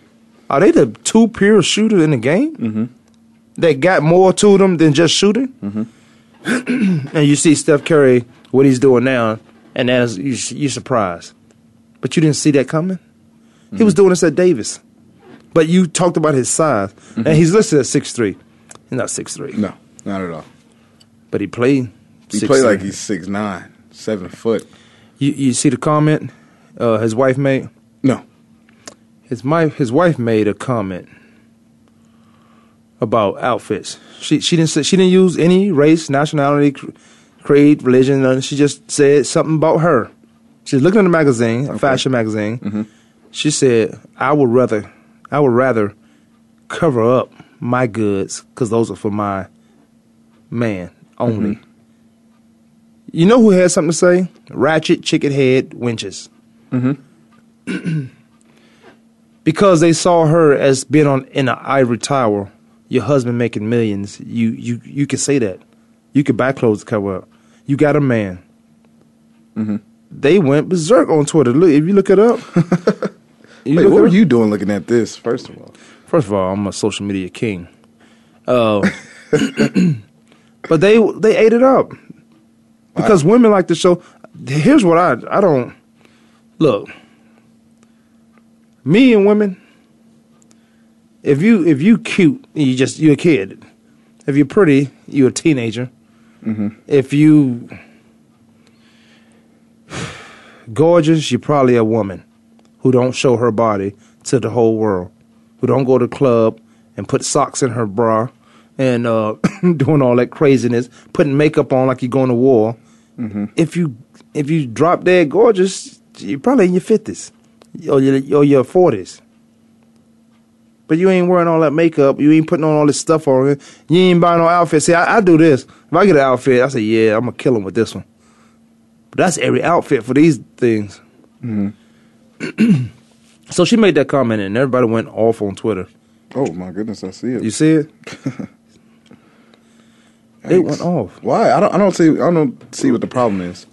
Speaker 4: are they the two pure shooter in the game? Mm-hmm. That got more to them than just shooting
Speaker 5: Mm-hmm.
Speaker 4: and you see Steph Curry what he's doing now, and as you you're surprised, but you didn't see that coming. He
Speaker 5: Mm-hmm.
Speaker 4: was doing this at Davis, but you talked about his size, and he's listed at six three. He's not six three,
Speaker 5: Mm-hmm. No, not at all.
Speaker 4: but he played.
Speaker 5: He
Speaker 4: 6'3".
Speaker 5: played like he's six nine, seven foot.
Speaker 4: You, you see the comment uh, his wife made.
Speaker 5: No,
Speaker 4: His wife, his wife made a comment about outfits. She she didn't say, she didn't use any race, nationality, cr- creed, religion. None. She just said something about her. She was looking in the magazine, a fashion magazine. She said, "I would rather, I would rather cover up my goods because those are for my man only."
Speaker 5: Mm-hmm.
Speaker 4: You know who had something to say? Ratchet, chicken head, winches
Speaker 5: Mm-hmm.
Speaker 4: because they saw her as being on in an ivory tower, your husband making millions. You you you can say that. You can buy clothes to cover up. You got a man.
Speaker 5: Mm-hmm.
Speaker 4: They went berserk on Twitter. Look, if you look it up. you
Speaker 5: Wait,
Speaker 4: look
Speaker 5: what
Speaker 4: it
Speaker 5: were
Speaker 4: up-
Speaker 5: you doing looking at this? First of all,
Speaker 4: First of all, I'm a social media king. Um, But they they ate it up because women like to show. Here's what I I don't look. Me and women. If you if you cute, you just you're a kid. If you're pretty, you're a teenager. If you gorgeous, you're probably a woman who don't show her body to the whole world, who don't go to club and put socks in her bra and uh, doing all that craziness, putting makeup on like you're going to war. If you if you drop dead gorgeous, you're probably in your fifties or your or your forties. But you ain't wearing all that makeup. You ain't putting on all this stuff on. it. You ain't buying no outfit. See, I, I do this. If I get an outfit, I say, yeah, I'm gonna kill him with this one. But that's every outfit for these things. so she made that comment, and everybody went off on Twitter.
Speaker 5: Oh my goodness, I see it.
Speaker 4: You see it? it went off.
Speaker 5: Why? I don't. I don't see. I don't see what the problem is.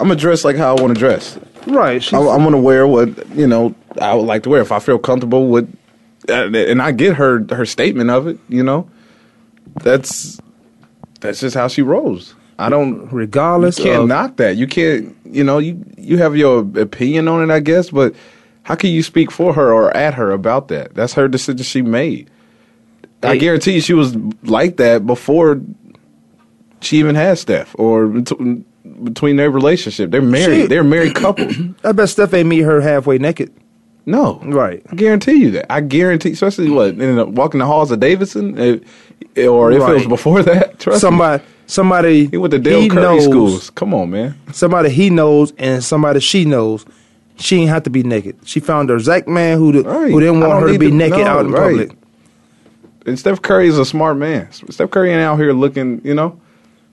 Speaker 5: I'm gonna dress like how I want to dress.
Speaker 4: Right. She,
Speaker 5: I, I'm gonna wear what you know I would like to wear if I feel comfortable with, and and I get her her statement of it. You know, that's that's just how she rolls. I don't. You
Speaker 4: regardless
Speaker 5: can't
Speaker 4: of
Speaker 5: knock that. You can't. You know. You you have your opinion on it, I guess, but how can you speak for her or at her about that? That's her decision she made. I
Speaker 4: Hey.
Speaker 5: guarantee you, she was like that before she even had Steph or bet- between their relationship. They're married.
Speaker 4: She-
Speaker 5: They're a married couple.
Speaker 4: I bet Steph ain't meet her halfway naked.
Speaker 5: No,
Speaker 4: Right.
Speaker 5: I guarantee you that. I guarantee, especially what in the, walking the halls of Davidson, eh, or if it was
Speaker 4: Right.
Speaker 5: before that. Trust me.
Speaker 4: Somebody, somebody
Speaker 5: He went to Dale
Speaker 4: he
Speaker 5: Curry
Speaker 4: knows-
Speaker 5: schools. Come on, man.
Speaker 4: Somebody he knows and somebody she knows. She ain't have to be naked. She found her Zach man who the,
Speaker 5: Right.
Speaker 4: who didn't
Speaker 5: I
Speaker 4: want
Speaker 5: don't
Speaker 4: her to
Speaker 5: need
Speaker 4: be
Speaker 5: to-
Speaker 4: naked
Speaker 5: no,
Speaker 4: out in
Speaker 5: right.
Speaker 4: public.
Speaker 5: And Steph Curry is a smart man. Steph Curry ain't out here looking, you know.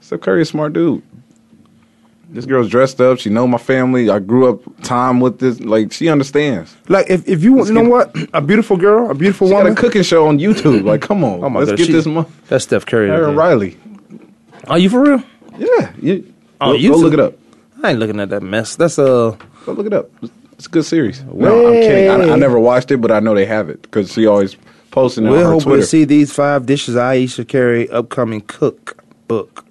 Speaker 5: Steph Curry is a smart dude. This girl's dressed up. She know my family. I grew up time with this. Like she understands.
Speaker 4: Like if, if you want, you know
Speaker 5: get-
Speaker 4: what? A beautiful girl, a beautiful
Speaker 5: She got
Speaker 4: woman.
Speaker 5: a cooking show on YouTube. Like, come on.
Speaker 4: Oh my
Speaker 5: Let's
Speaker 4: God,
Speaker 5: get
Speaker 4: she-
Speaker 5: this money.
Speaker 4: That's Steph Curry.
Speaker 5: Aaron
Speaker 4: right
Speaker 5: Riley.
Speaker 4: Are you for real?
Speaker 5: Yeah. You,
Speaker 4: Oh,
Speaker 5: go, go
Speaker 4: YouTube.
Speaker 5: look it up.
Speaker 4: I ain't looking at that mess. That's uh
Speaker 5: Go look it up. It's a good series. No, I'm kidding. I, I never watched it, but I know they have it because she always posting it
Speaker 4: We're
Speaker 5: on her
Speaker 4: hoping
Speaker 5: Twitter.
Speaker 4: to see these five dishes Aisha Curry upcoming cook book.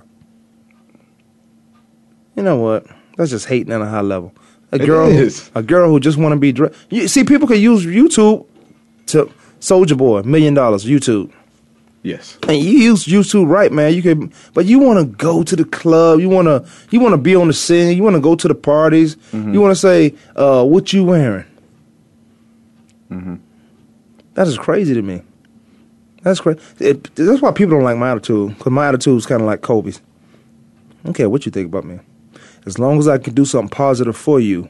Speaker 4: You know what? That's just hating on a high level. A
Speaker 5: It
Speaker 4: girl,
Speaker 5: is.
Speaker 4: a girl who just want to be dressed. You see, people can use YouTube to Soldier Boy, million dollars YouTube.
Speaker 5: yes.
Speaker 4: And you use YouTube right, man. You can, but you want to go to the club. You want to, you want to be on the scene. You want to go to the parties. You want to say, uh, "What you wearing?" That is crazy to me. That's crazy. that's why people don't like my attitude. Cause my attitude is kind of like Kobe's. I don't care what you think about me. As long as I can do something positive for you,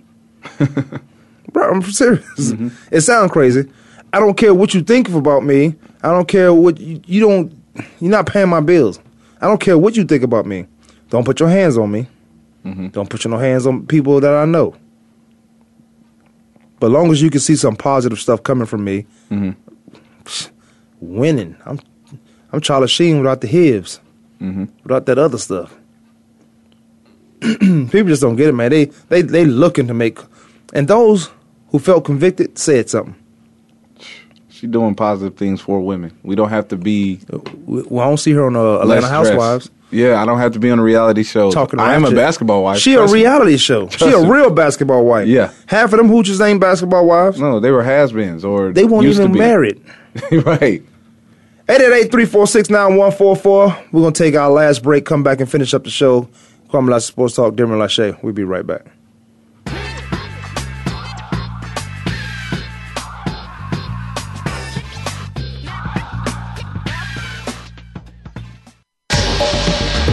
Speaker 4: bro, I'm serious. It sounds crazy. I don't care what you think about me. I don't care what you, you don't. You're not paying my bills. I don't care what you think about me. Don't put your hands on me. Don't put your no hands on people that I know. But long as you can see some positive stuff coming from me, winning. I'm I'm Charlie Sheen without the hibs, without that other stuff. People just don't get it, man. They they they looking to make, and those who felt convicted said something.
Speaker 5: She doing positive things for women. We don't have to be
Speaker 4: We, well, I don't see her on uh, Atlanta
Speaker 5: less
Speaker 4: Housewives
Speaker 5: dressed. Yeah, I don't have to be on a reality show.
Speaker 4: talking.
Speaker 5: I am
Speaker 4: ratchet.
Speaker 5: a basketball wife.
Speaker 4: She a
Speaker 5: Trust me.
Speaker 4: reality show. She
Speaker 5: Trust
Speaker 4: a
Speaker 5: me.
Speaker 4: real basketball wife.
Speaker 5: Yeah.
Speaker 4: half of them hoochies ain't basketball wives.
Speaker 5: No, they were has-beens or
Speaker 4: They won't
Speaker 5: used to
Speaker 4: even
Speaker 5: be.
Speaker 4: married.
Speaker 5: right.
Speaker 4: 888-346-9144. We're going to take our last break, come back and finish up the show. Kwame Lashley Sports Talk, Demar Lachey. We'll be right back.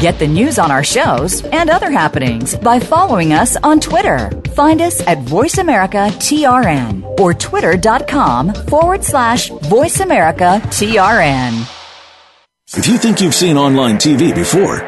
Speaker 1: Get the news on our shows and other happenings by following us on Twitter. Find us at VoiceAmericaTRN or twitter.com forward slash VoiceAmericaTRN.
Speaker 10: If you think you've seen online TV before,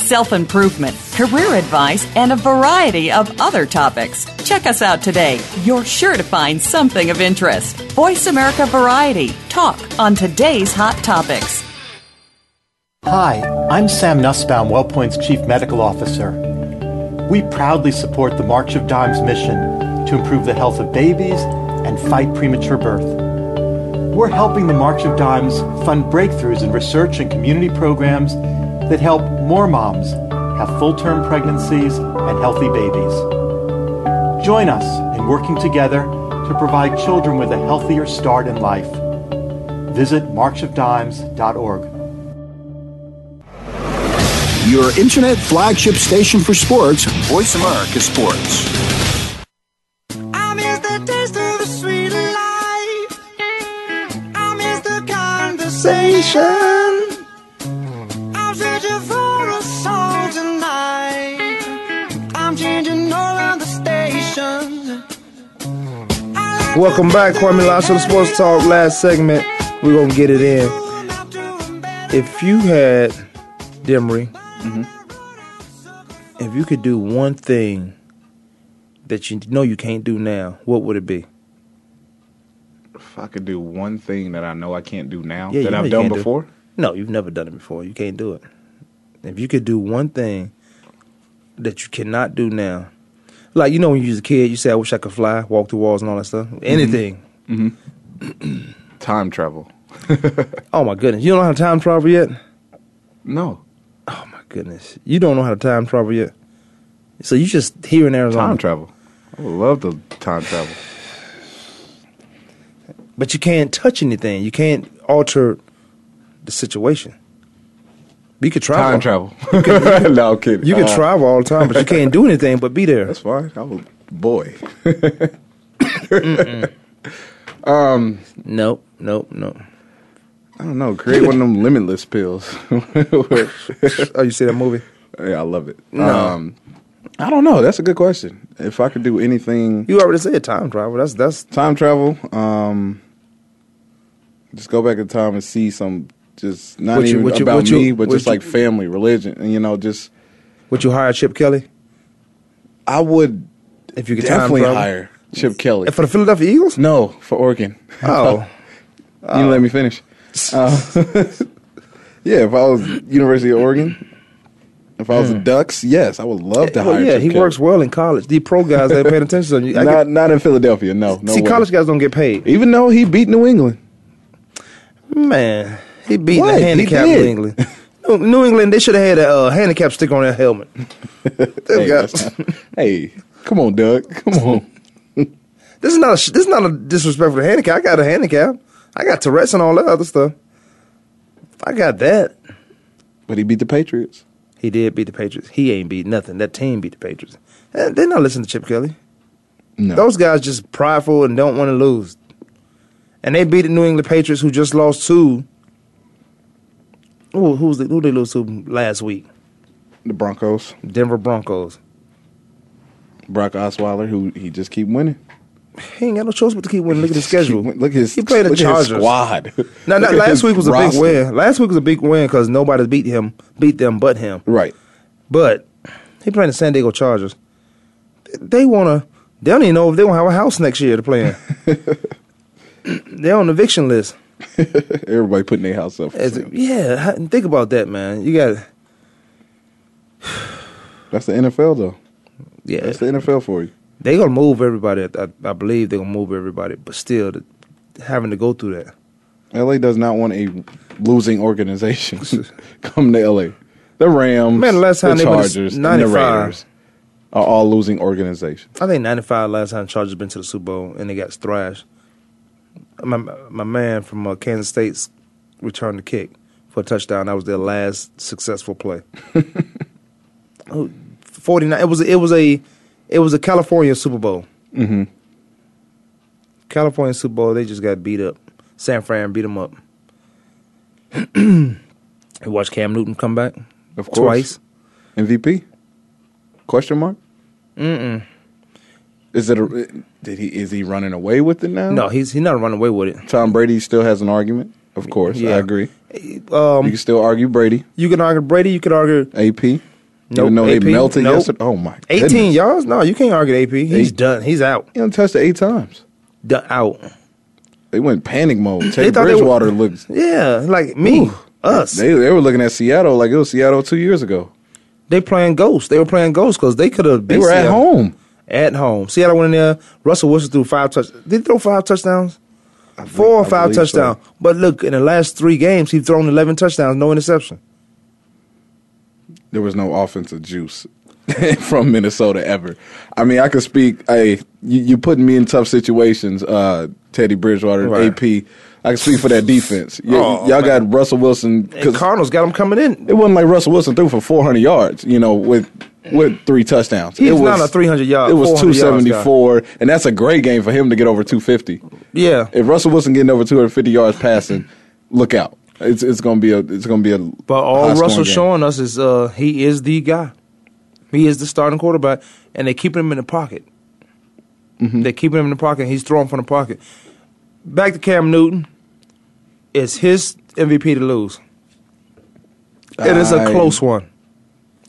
Speaker 8: self improvement, career advice, and a variety of other topics. Check us out today. You're sure to find something of interest. Voice America Variety. Talk on today's hot topics.
Speaker 11: Hi, I'm Sam Nussbaum, WellPoint's Chief Medical Officer. We proudly support the March of Dimes mission to improve the health of babies and fight premature birth. We're helping the March of Dimes fund breakthroughs in research and community programs that help more moms have full term pregnancies and healthy babies. Join us in working together to provide children with a healthier start in life. Visit marchofdimes.org.
Speaker 12: Your internet flagship station for sports, Voice America Sports.
Speaker 13: I miss the taste of the sweet life. I miss the conversation. I'm searching for a song tonight. I'm changing all of the stations.
Speaker 4: Welcome back, Kwame Lashley Sports Talk. Last segment, we're gonna get it in. If you had Demery,
Speaker 5: Mm-hmm.
Speaker 4: if you could do one thing that you know you can't do now, what would it be?
Speaker 5: If I could do one thing that I know I can't do now
Speaker 4: you
Speaker 5: that
Speaker 4: know
Speaker 5: I've
Speaker 4: you
Speaker 5: done
Speaker 4: can't do-
Speaker 5: before,
Speaker 4: no, you've never done it before. You can't do it. If you could do one thing that you cannot do now, like you know when you was a kid, you say, "I wish I could fly, walk through walls, and all that stuff."
Speaker 5: Mm-hmm.
Speaker 4: Anything.
Speaker 5: time travel.
Speaker 4: Oh my goodness, you don't know how to time travel yet?
Speaker 5: No,
Speaker 4: My goodness, you don't know how to time travel yet. So you just here in Arizona,
Speaker 5: time travel. I would love to time travel.
Speaker 4: but you can't touch anything. You can't alter the situation. You could travel.
Speaker 5: Time travel. no, I'm kidding.
Speaker 4: You can
Speaker 5: Uh,
Speaker 4: travel all the time, but you can't do anything but be there.
Speaker 5: That's fine. I would, boy.
Speaker 4: Nope, nope, nope.
Speaker 5: I don't know. Create one of them limitless pills.
Speaker 4: Oh, you see that movie?
Speaker 5: yeah, I love it. Um, I don't know. That's a good question. If I could do anything,
Speaker 4: You already said time travel. That's that's
Speaker 5: time travel. Um, just go back in time and see some. Just not
Speaker 4: What you-
Speaker 5: even
Speaker 4: what you-
Speaker 5: about
Speaker 4: what you-
Speaker 5: me, but
Speaker 4: what
Speaker 5: just
Speaker 4: you-
Speaker 5: like family, religion, and you know, just
Speaker 4: would you hire Chip Kelly
Speaker 5: I would
Speaker 4: if you could
Speaker 5: definitely
Speaker 4: time travel?
Speaker 5: hire Chip Kelly.
Speaker 4: And for the Philadelphia Eagles?
Speaker 5: no, for Oregon.
Speaker 4: Oh,
Speaker 5: You didn't let me finish. Uh, yeah, if I was University of Oregon, if I was the Ducks, yes, I would love to hire.
Speaker 4: well, Hmm. yeah,
Speaker 5: Chip
Speaker 4: he
Speaker 5: Kelly.
Speaker 4: works well in college. The pro guys that paying attention to you. I
Speaker 5: Not
Speaker 4: get-
Speaker 5: not in Philadelphia. No, no
Speaker 4: see,
Speaker 5: way.
Speaker 4: college guys don't get paid.
Speaker 5: Even though he beat New England,
Speaker 4: Man, he beat
Speaker 5: What?
Speaker 4: the
Speaker 5: He
Speaker 4: handicap
Speaker 5: did.
Speaker 4: New England. New- New England, they should have had a uh, handicap sticker on their helmet.
Speaker 5: hey,
Speaker 4: got-
Speaker 5: that's not- hey, come on, Doug, come on.
Speaker 4: This is not a sh- this is not a disrespectful handicap. I got a handicap. I got Tourette's and all that other stuff. I got that.
Speaker 5: But he beat the Patriots.
Speaker 4: He did beat the Patriots. He ain't beat nothing. That team beat the Patriots. Eh, They not listening to Chip Kelly.
Speaker 5: No,
Speaker 4: Those guys just prideful and don't want to lose. And they beat the New England Patriots, who just lost to. Who who's the, who they lose to last week?
Speaker 5: the Broncos,
Speaker 4: Denver Broncos.
Speaker 5: Brock Osweiler, who he just keep winning.
Speaker 4: he ain't got no choice but to keep winning. Look at his schedule.
Speaker 5: Look at his.
Speaker 4: He played the
Speaker 5: look at his
Speaker 4: Chargers.
Speaker 5: squad.
Speaker 4: No,
Speaker 5: Look
Speaker 4: no.
Speaker 5: at his
Speaker 4: Last week was a
Speaker 5: roster.
Speaker 4: big win. Last week was a big win because nobody beat him, beat them, but him.
Speaker 5: Right.
Speaker 4: But he playing the San Diego Chargers. They wanna. They don't even know if they gonna have a house next year to play in. They're on the eviction list.
Speaker 5: Everybody putting their house up. for
Speaker 4: It's-
Speaker 5: sale.
Speaker 4: yeah, ha- think about that, man. You got.
Speaker 5: That's the NFL though.
Speaker 4: Yeah,
Speaker 5: That's the NFL for you.
Speaker 4: they gonna move everybody. I, I believe they gonna move everybody, but still, th- having to go through that.
Speaker 5: LA does not want a losing organization come to LA. The Rams,
Speaker 4: Man, the last time
Speaker 5: the
Speaker 4: they went to
Speaker 5: Chargers, and the
Speaker 4: 95.
Speaker 5: Raiders are all losing organizations.
Speaker 4: I think ninety five last time Chargers been to the Super Bowl and they got thrashed. My my man from uh, Kansas State's returned the kick for a touchdown. That was their last successful play. Forty nine. It was it was a it was a California Super Bowl.
Speaker 5: Mm-hmm.
Speaker 4: California Super Bowl. They just got beat up. San Fran beat them up. you watch Cam Newton come back.
Speaker 5: Of course.
Speaker 4: Twice.
Speaker 5: MVP? Question mark?
Speaker 4: Mm-mm.
Speaker 5: Is it a, did he is he running away with it now?
Speaker 4: No, he's he's not running away with it.
Speaker 5: Tom Brady still has an argument. Of course,
Speaker 4: Yeah.
Speaker 5: I agree.
Speaker 4: Um,
Speaker 5: you can still argue Brady.
Speaker 4: You can argue Brady. You can argue
Speaker 5: AP.
Speaker 4: Nope,
Speaker 5: Even though
Speaker 4: AP,
Speaker 5: they melted
Speaker 4: nope.
Speaker 5: yesterday. Oh my!
Speaker 4: eighteen
Speaker 5: goodness.
Speaker 4: yards. No, you can't argue with AP. He's
Speaker 5: Eight.
Speaker 4: done. He's out.
Speaker 5: He done touched it eight times.
Speaker 4: Done out.
Speaker 5: They went panic mode. Teddy
Speaker 4: thought they were-
Speaker 5: Bridgewater looked.
Speaker 4: Yeah, like me, us. They,
Speaker 5: They, they were looking at Seattle like it was Seattle two years ago.
Speaker 4: playing ghosts. They were playing ghosts because they could have.
Speaker 5: They were at home.
Speaker 4: At home. Seattle went in there. Russell Wilson threw five touch. Did he throw five touchdowns? Uh, Four or
Speaker 5: I
Speaker 4: five
Speaker 5: believe so.
Speaker 4: touchdowns. But look, in the last three games, he's thrown eleven touchdowns, no interception.
Speaker 5: There was no offensive juice from Minnesota ever. I mean, I could speak. Hey, you, you putting me in tough situations, uh, Teddy Bridgewater,
Speaker 4: Right.
Speaker 5: AP. I can speak for that defense. Y-
Speaker 4: Oh,
Speaker 5: y'all
Speaker 4: man.
Speaker 5: got Russell Wilson
Speaker 4: And
Speaker 5: because
Speaker 4: Cardinals got him coming in.
Speaker 5: it wasn't like Russell Wilson threw for 400 yards, you know, with with three touchdowns.
Speaker 4: He's
Speaker 5: it was
Speaker 4: not a 300 yard.
Speaker 5: It was
Speaker 4: 400 yards guy.
Speaker 5: 274, and that's a great game for him to get over 250.
Speaker 4: Yeah,
Speaker 5: If Russell Wilson getting over 250 yards passing, look out. It's it's gonna be a it's gonna be a
Speaker 4: But all
Speaker 5: high-scoring
Speaker 4: Russell's
Speaker 5: game.
Speaker 4: showing us is uh, he is the guy. He is the starting quarterback, and they're keeping him in the pocket.
Speaker 5: Mm-hmm.
Speaker 4: They're keeping him in the pocket. and He's throwing from the pocket. Back to Cam Newton. It's his MVP to lose. It is a
Speaker 5: I-
Speaker 4: close one.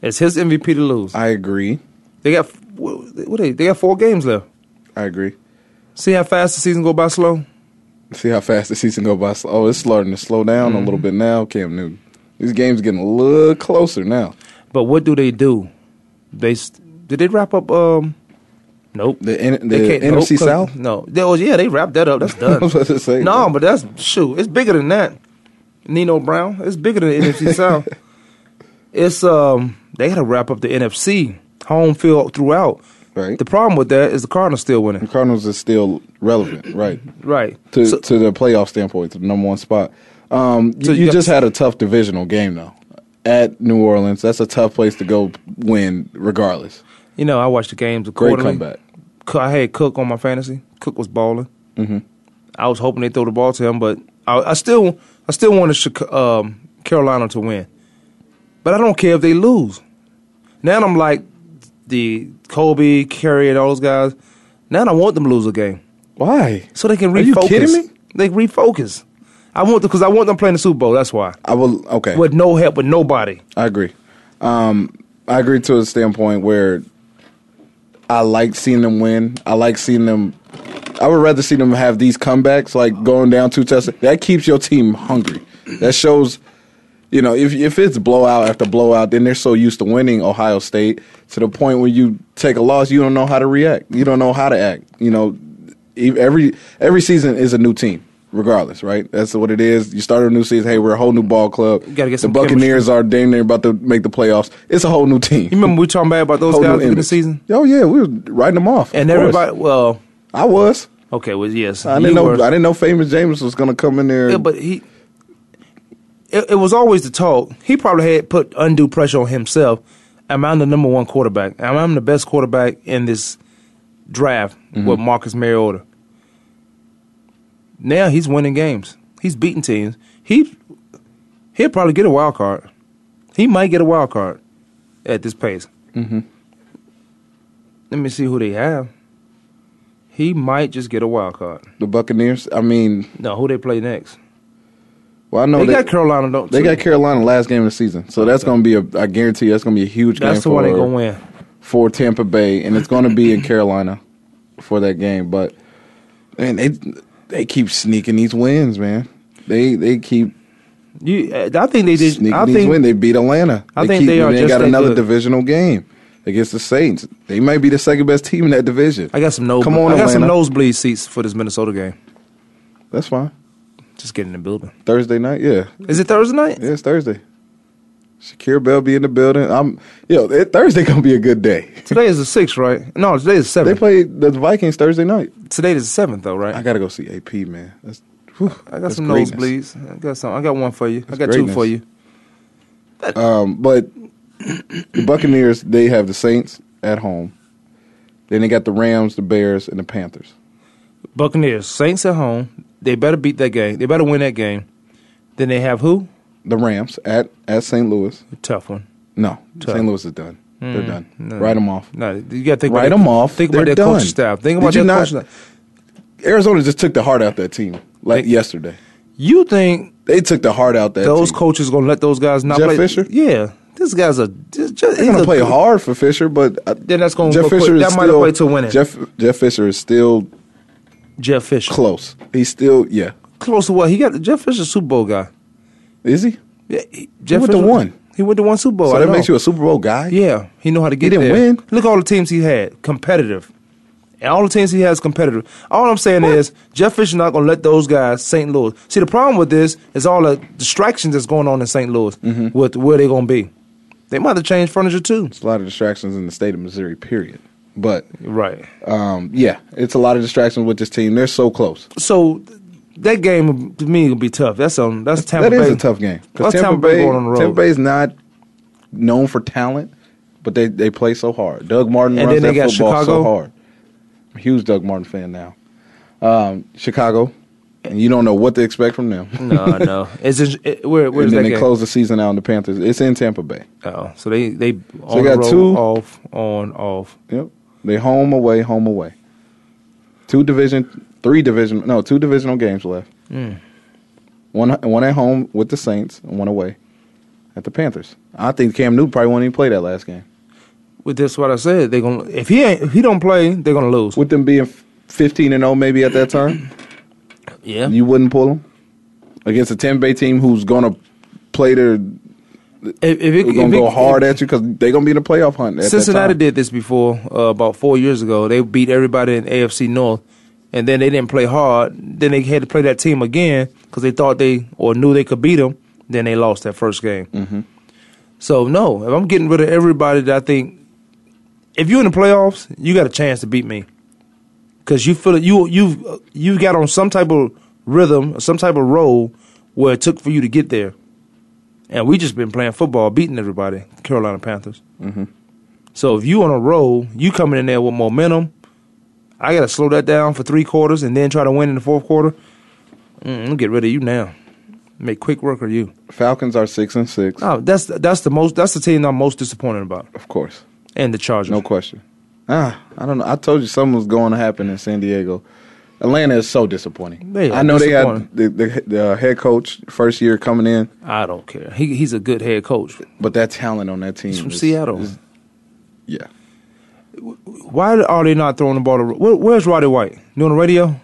Speaker 4: It's his MVP to lose.
Speaker 5: I agree.
Speaker 4: They got what, what they, they got four games left.
Speaker 5: I agree.
Speaker 4: See how fast the season go by slow.
Speaker 5: See how fast the season go by. Slow- Oh, it's starting to slow down a
Speaker 4: Mm-hmm.
Speaker 5: little bit now. Cam Newton. These games getting a little closer now.
Speaker 4: But what do they do? They s- did they wrap up? Um, nope.
Speaker 5: The, N- the
Speaker 4: They can't- nope,
Speaker 5: NFC
Speaker 4: 'cause-
Speaker 5: South.
Speaker 4: No, they, oh, yeah, they wrapped that up. That's
Speaker 5: I
Speaker 4: done.
Speaker 5: was about to say,
Speaker 4: no, but that's shoot. It's bigger than that. Nino Brown. It's bigger than the NFC South. It's um. They had to wrap up the NFC home field throughout.
Speaker 5: right.
Speaker 4: The problem with that is the Cardinals still
Speaker 5: The
Speaker 4: winning.
Speaker 5: Cardinals is still relevant, right?
Speaker 4: Right.
Speaker 5: To
Speaker 4: So-
Speaker 5: to the playoff standpoint, to the number one spot. Um,
Speaker 4: So you
Speaker 5: you, you
Speaker 4: got-
Speaker 5: just had a tough divisional game though. At New Orleans, that's a tough place to go win, regardless.
Speaker 4: you know, I watched the games.
Speaker 5: Great
Speaker 4: quarterly.
Speaker 5: comeback.
Speaker 4: Co- I had Cook on my fantasy. Cook was balling. Mm-hmm. I was hoping they throw the ball to him, but I, I still, I still wanted Chica- um, Carolina to win. But I don't care if they lose. Now I'm like the Kobe, Kerry, and all those guys. Now I want them to lose a game
Speaker 5: Why?
Speaker 4: so they can refocus.
Speaker 5: Are you kidding me?
Speaker 4: They refocus. I want them because I want them playing the Super Bowl. That's why.
Speaker 5: I will. Okay,
Speaker 4: With no help, with nobody.
Speaker 5: I agree. Um, I agree to a standpoint where I like seeing them win. I like seeing them. I would rather see them have these comebacks, like going down two tests. That keeps your team hungry. That shows, you know, if if it's blowout after blowout, then they're so used to winning Ohio State to the point where you take a loss, you don't know how to react. You don't know how to act. You know, e- every every season is a new team, regardless, right? That's what it is. You start a new season. Hey, we're a whole new ball club.
Speaker 4: gotta get some
Speaker 5: the Buccaneers are damn near about to make the playoffs. It's a whole new team.
Speaker 4: You remember we were talking bad about those
Speaker 5: Whole
Speaker 4: guys
Speaker 5: new
Speaker 4: at the beginning of the
Speaker 5: image.
Speaker 4: season,
Speaker 5: Oh yeah, we were writing them off.
Speaker 4: and
Speaker 5: of course.
Speaker 4: everybody. Well,
Speaker 5: I was.
Speaker 4: okay, well, yes,
Speaker 5: I
Speaker 4: you
Speaker 5: didn't know.
Speaker 4: were-
Speaker 5: I didn't know Famous James was gonna come in there.
Speaker 4: Yeah, but he. It, it was always the talk. He probably had put undue pressure on himself. Am I the number one quarterback? Am I the best quarterback in this draft with Marcus Mariota? Now he's winning games. He's beating teams. He he'll probably get a wild card. He might get a wild card at this pace. Mm-hmm. Let me see who they have. He might just get a wild card.
Speaker 5: The Buccaneers. I mean,
Speaker 4: no, who they play next?
Speaker 5: Well, I know
Speaker 4: They got Carolina, don't
Speaker 5: they?
Speaker 4: too.
Speaker 5: Got Carolina last game of the season, so that's going to be a. I guarantee that's going to be a huge game.
Speaker 4: That's the
Speaker 5: for,
Speaker 4: one they gonna win.
Speaker 5: for Tampa Bay, and it's going to be in Carolina for that game. But man, they they keep sneaking these wins, man. They they keep
Speaker 4: You, uh, I think they did.
Speaker 5: sneaking
Speaker 4: I
Speaker 5: these
Speaker 4: think
Speaker 5: wins. They beat Atlanta.
Speaker 4: I think they are
Speaker 5: They
Speaker 4: just
Speaker 5: got
Speaker 4: that
Speaker 5: another
Speaker 4: good.
Speaker 5: divisional game against the Saints. They might be the second best team in that division.
Speaker 4: I got some nose.
Speaker 5: Come on,
Speaker 4: I got some
Speaker 5: Atlanta.
Speaker 4: nosebleed seats for this Minnesota game.
Speaker 5: That's fine.
Speaker 4: Just get in the building.
Speaker 5: Thursday night, yeah.
Speaker 4: Is it Thursday night?
Speaker 5: Yeah, it's Thursday. Shakir Bell be in the building. I'm yo. It, Thursday gonna be a good day.
Speaker 4: Today is the sixth, right? No, today is the
Speaker 5: They
Speaker 4: seventh.
Speaker 5: play the Vikings Thursday night.
Speaker 4: Today is the seventh, though, right?
Speaker 5: I gotta go see AP, man. That's,
Speaker 4: I got
Speaker 5: that's
Speaker 4: some
Speaker 5: greatness.
Speaker 4: nosebleeds. I got some. I got one for you. I got two
Speaker 5: greatness.
Speaker 4: for you.
Speaker 5: Um, but the Buccaneers they have the Saints at home. Then they got the Rams, the Bears, and the Panthers.
Speaker 4: Buccaneers, Saints at home. They better beat that game. They better win that game. Then they have who?
Speaker 5: The Rams at at St. Louis.
Speaker 4: Tough one.
Speaker 5: No,
Speaker 4: Tough.
Speaker 5: St. Louis is done. They're
Speaker 4: Mm,
Speaker 5: done.
Speaker 4: no.
Speaker 5: Write them off.
Speaker 4: No, you got to think.
Speaker 5: Write
Speaker 4: about
Speaker 5: them off.
Speaker 4: Think about
Speaker 5: They're
Speaker 4: their coaching
Speaker 5: done.
Speaker 4: staff. Think
Speaker 5: Did
Speaker 4: about
Speaker 5: you
Speaker 4: their
Speaker 5: not-
Speaker 4: coaching staff.
Speaker 5: Arizona just took the heart out that team like
Speaker 4: They-
Speaker 5: yesterday.
Speaker 4: You think
Speaker 5: They took the heart out that
Speaker 4: those
Speaker 5: team.
Speaker 4: coaches gonna let those guys not
Speaker 5: Jeff
Speaker 4: play?
Speaker 5: Fisher?
Speaker 4: Yeah, this guy's a. This, just,
Speaker 5: They're going to play hard for Fisher, but uh,
Speaker 4: Then that's gonna
Speaker 5: Jeff
Speaker 4: go quick.
Speaker 5: Fisher is
Speaker 4: That might
Speaker 5: still,
Speaker 4: play to winning.
Speaker 5: Jeff Jeff Fisher is still
Speaker 4: Jeff Fisher.
Speaker 5: close. He's still yeah.
Speaker 4: Close to what? He got Jeff Fisher Super Bowl guy.
Speaker 5: Is he?
Speaker 4: Yeah, he- Jeff
Speaker 5: went to
Speaker 4: Fisher-
Speaker 5: one.
Speaker 4: He went to one Super Bowl.
Speaker 5: so
Speaker 4: Oh, I
Speaker 5: that
Speaker 4: know.
Speaker 5: makes you a Super Bowl guy.
Speaker 4: Yeah, he know how to get
Speaker 5: didn't
Speaker 4: there.
Speaker 5: win?
Speaker 4: Look at all the teams he had. Competitive. And all the teams he has competitive. All I'm saying is Jeff Fisher not gonna let those guys St. Louis. See the problem with this is all the distractions that's going on in St. Louis
Speaker 5: Mm-hmm.
Speaker 4: with where they gonna be. They might have changed furniture too.
Speaker 5: It's a lot of distractions in the state of Missouri. Period. But
Speaker 4: Right.
Speaker 5: um, yeah, it's a lot of distractions with this team. They're so close.
Speaker 4: So th- that game to me will be tough. That's um that's Tampa
Speaker 5: That is
Speaker 4: Bay.
Speaker 5: a tough game
Speaker 4: That's Tampa, Bay, going on the road.
Speaker 5: Tampa Bay's not known for talent, but they they play so hard. Doug Martin
Speaker 4: And
Speaker 5: runs
Speaker 4: then they
Speaker 5: that
Speaker 4: got
Speaker 5: football
Speaker 4: Chicago.
Speaker 5: so hard. I'm a huge Doug Martin fan now. Um, Chicago, and you don't know what to expect from them.
Speaker 4: no, no. Is it, it, where where's
Speaker 5: and
Speaker 4: that
Speaker 5: then they
Speaker 4: game?
Speaker 5: close the season out on the Panthers. It's in Tampa Bay.
Speaker 4: Oh, so they they on
Speaker 5: they
Speaker 4: the
Speaker 5: got
Speaker 4: road,
Speaker 5: two-
Speaker 4: off on off.
Speaker 5: Yep. They home away, home away. Two division, three division, no, two divisional games left.
Speaker 4: Mm.
Speaker 5: One one at home with the Saints, and one away at the Panthers. I think Cam Newton probably won't even play that last game.
Speaker 4: With this, what I said, they gonna if he ain't, if he don't play, they're gonna lose.
Speaker 5: With them being f- fifteen and zero, maybe at that time,
Speaker 4: Yeah,
Speaker 5: you wouldn't pull them against a ten Bay team who's going to play their
Speaker 4: if, if it,
Speaker 5: who's
Speaker 4: if
Speaker 5: going
Speaker 4: it-
Speaker 5: to go hard
Speaker 4: if-
Speaker 5: at you because they're going to be in the playoff hunt. At that
Speaker 4: Cincinnati
Speaker 5: time.
Speaker 4: did this before uh, about four years ago. They beat everybody in AFC North, and then they didn't play hard. Then they had to play that team again because they thought they or knew they could beat them. Then they lost that first game. Mm-hmm. So no, if I'm getting rid of everybody that I think, if you're in the playoffs, you got a chance to beat me because you feel it. You you you got on some type of rhythm, some type of role where it took for you to get there. And we just been playing football, beating everybody, Carolina Panthers. So if you on a roll, you coming in there with momentum. I gotta slow that down for three quarters and then try to win in the fourth quarter. Mm, I'm get rid of you now. Make quick work of you.
Speaker 5: Falcons are six and six,
Speaker 4: Oh, that's that's the most that's the team I'm most disappointed about,
Speaker 5: of course.
Speaker 4: and the Chargers.
Speaker 5: No question. Ah, I don't know. I told you something was going to happen in San Diego. Atlanta is so disappointing.
Speaker 4: They are
Speaker 5: I know they got the, the, the uh, head coach first year coming in,
Speaker 4: I don't care. He he's a good head coach.
Speaker 5: but that talent on that team
Speaker 4: He's from
Speaker 5: is-
Speaker 4: Seattle.
Speaker 5: is- yeah,
Speaker 4: Why are they not throwing the ball? To, where, where's Roddy White? You on the radio?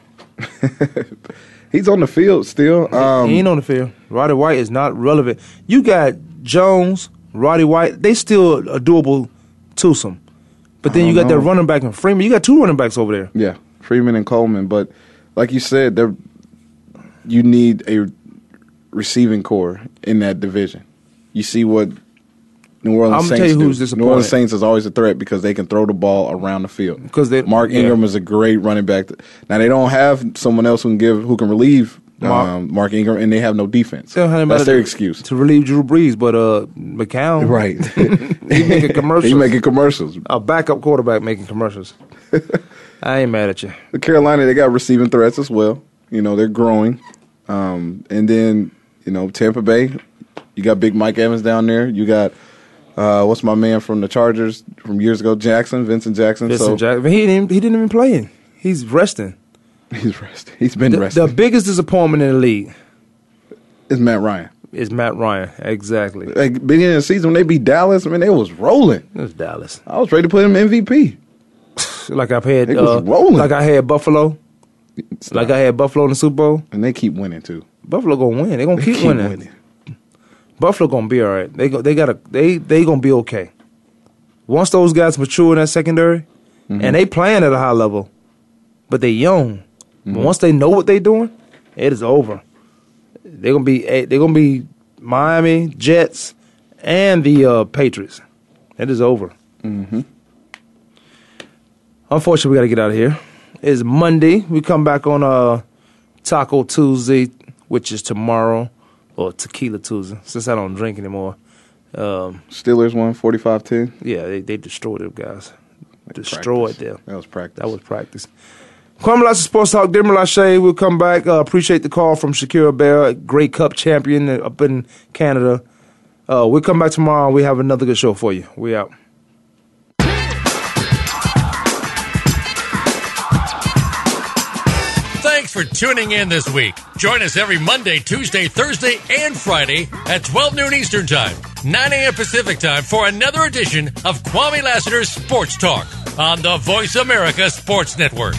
Speaker 5: he's on the field still. Um,
Speaker 4: he ain't on the field. Roddy White is not relevant. You got Jones, Roddy White. They still a doable twosome. But then
Speaker 5: I
Speaker 4: you got
Speaker 5: don't
Speaker 4: that
Speaker 5: know.
Speaker 4: running back in Freeman. You got two running backs over there.
Speaker 5: yeah, Freeman and Coleman. But like you said, they're you need a receiving core in that division. You see what New Orleans
Speaker 4: I'ma
Speaker 5: Saints
Speaker 4: tell you
Speaker 5: do.
Speaker 4: who's
Speaker 5: New Orleans
Speaker 4: disappointed.
Speaker 5: Saints is always a threat because they can throw the ball around the field.
Speaker 4: 'Cause they-
Speaker 5: Mark
Speaker 4: yeah.
Speaker 5: Ingram is a great running back. Now they don't have someone else who can give who can relieve
Speaker 4: Mark-
Speaker 5: Mark, um, Mark Ingram, and they have no defense.
Speaker 4: They don't have anybody
Speaker 5: That's their
Speaker 4: to-
Speaker 5: excuse.
Speaker 4: to relieve Drew Brees, but uh, McCown,
Speaker 5: Right,
Speaker 4: He making commercials.
Speaker 5: They making commercials.
Speaker 4: a backup quarterback making commercials. I ain't mad at you.
Speaker 5: Carolina, they got receiving threats as well. You know, they're growing. Um, and then, you know, Tampa Bay, you got Big Mike Evans down there. You got, uh, what's my man from the Chargers from years ago, Jackson, Vincent Jackson.
Speaker 4: Listen,
Speaker 5: so
Speaker 4: Jack, he didn't. He didn't even play. He He's resting.
Speaker 5: He's resting. He's been
Speaker 4: the,
Speaker 5: resting.
Speaker 4: The biggest disappointment in the league
Speaker 5: is Matt Ryan.
Speaker 4: Is Matt Ryan exactly?
Speaker 5: Like beginning of the season when they beat Dallas, man, they was rolling.
Speaker 4: It was Dallas.
Speaker 5: I was ready to put him MVP.
Speaker 4: like I've had,
Speaker 5: They was
Speaker 4: uh,
Speaker 5: rolling.
Speaker 4: like I had Buffalo,
Speaker 5: Stop.
Speaker 4: like I had Buffalo in the Super Bowl.
Speaker 5: and they keep winning too.
Speaker 4: Buffalo gonna win. They gonna
Speaker 5: They
Speaker 4: keep,
Speaker 5: keep
Speaker 4: winning.
Speaker 5: winning.
Speaker 4: Buffalo gonna be all right. They go, they gotta they they gonna be okay. Once those guys mature in that secondary, and they playing at a high level, but they young. But Once they know what they doing, it is over. They gonna be eh, they gonna be Miami Jets and the uh, Patriots. It is over. Unfortunately, we got to get out of here. It's Monday. We come back on uh, Taco Tuesday, which is tomorrow, or Tequila Tuesday, since I don't drink anymore. Um,
Speaker 5: Steelers won 45-10.
Speaker 4: yeah, they, they destroyed them, guys.
Speaker 5: practice.
Speaker 4: Destroyed them.
Speaker 5: That was practice.
Speaker 4: That was practice. Kwame Lashley Sports Talk, Denver Lachey. We'll come back. Uh, appreciate the call from Shakira Bell, Great Cup champion up in Canada. Uh, we'll come back tomorrow. We have another good show for you. We out.
Speaker 6: Thanks for tuning in this week. Join us every Monday, Tuesday, Thursday, and Friday at 12 noon Eastern Time, 9 a.m. Pacific Time for another edition of Kwame Lassiter's Sports Talk on the Voice America Sports Network.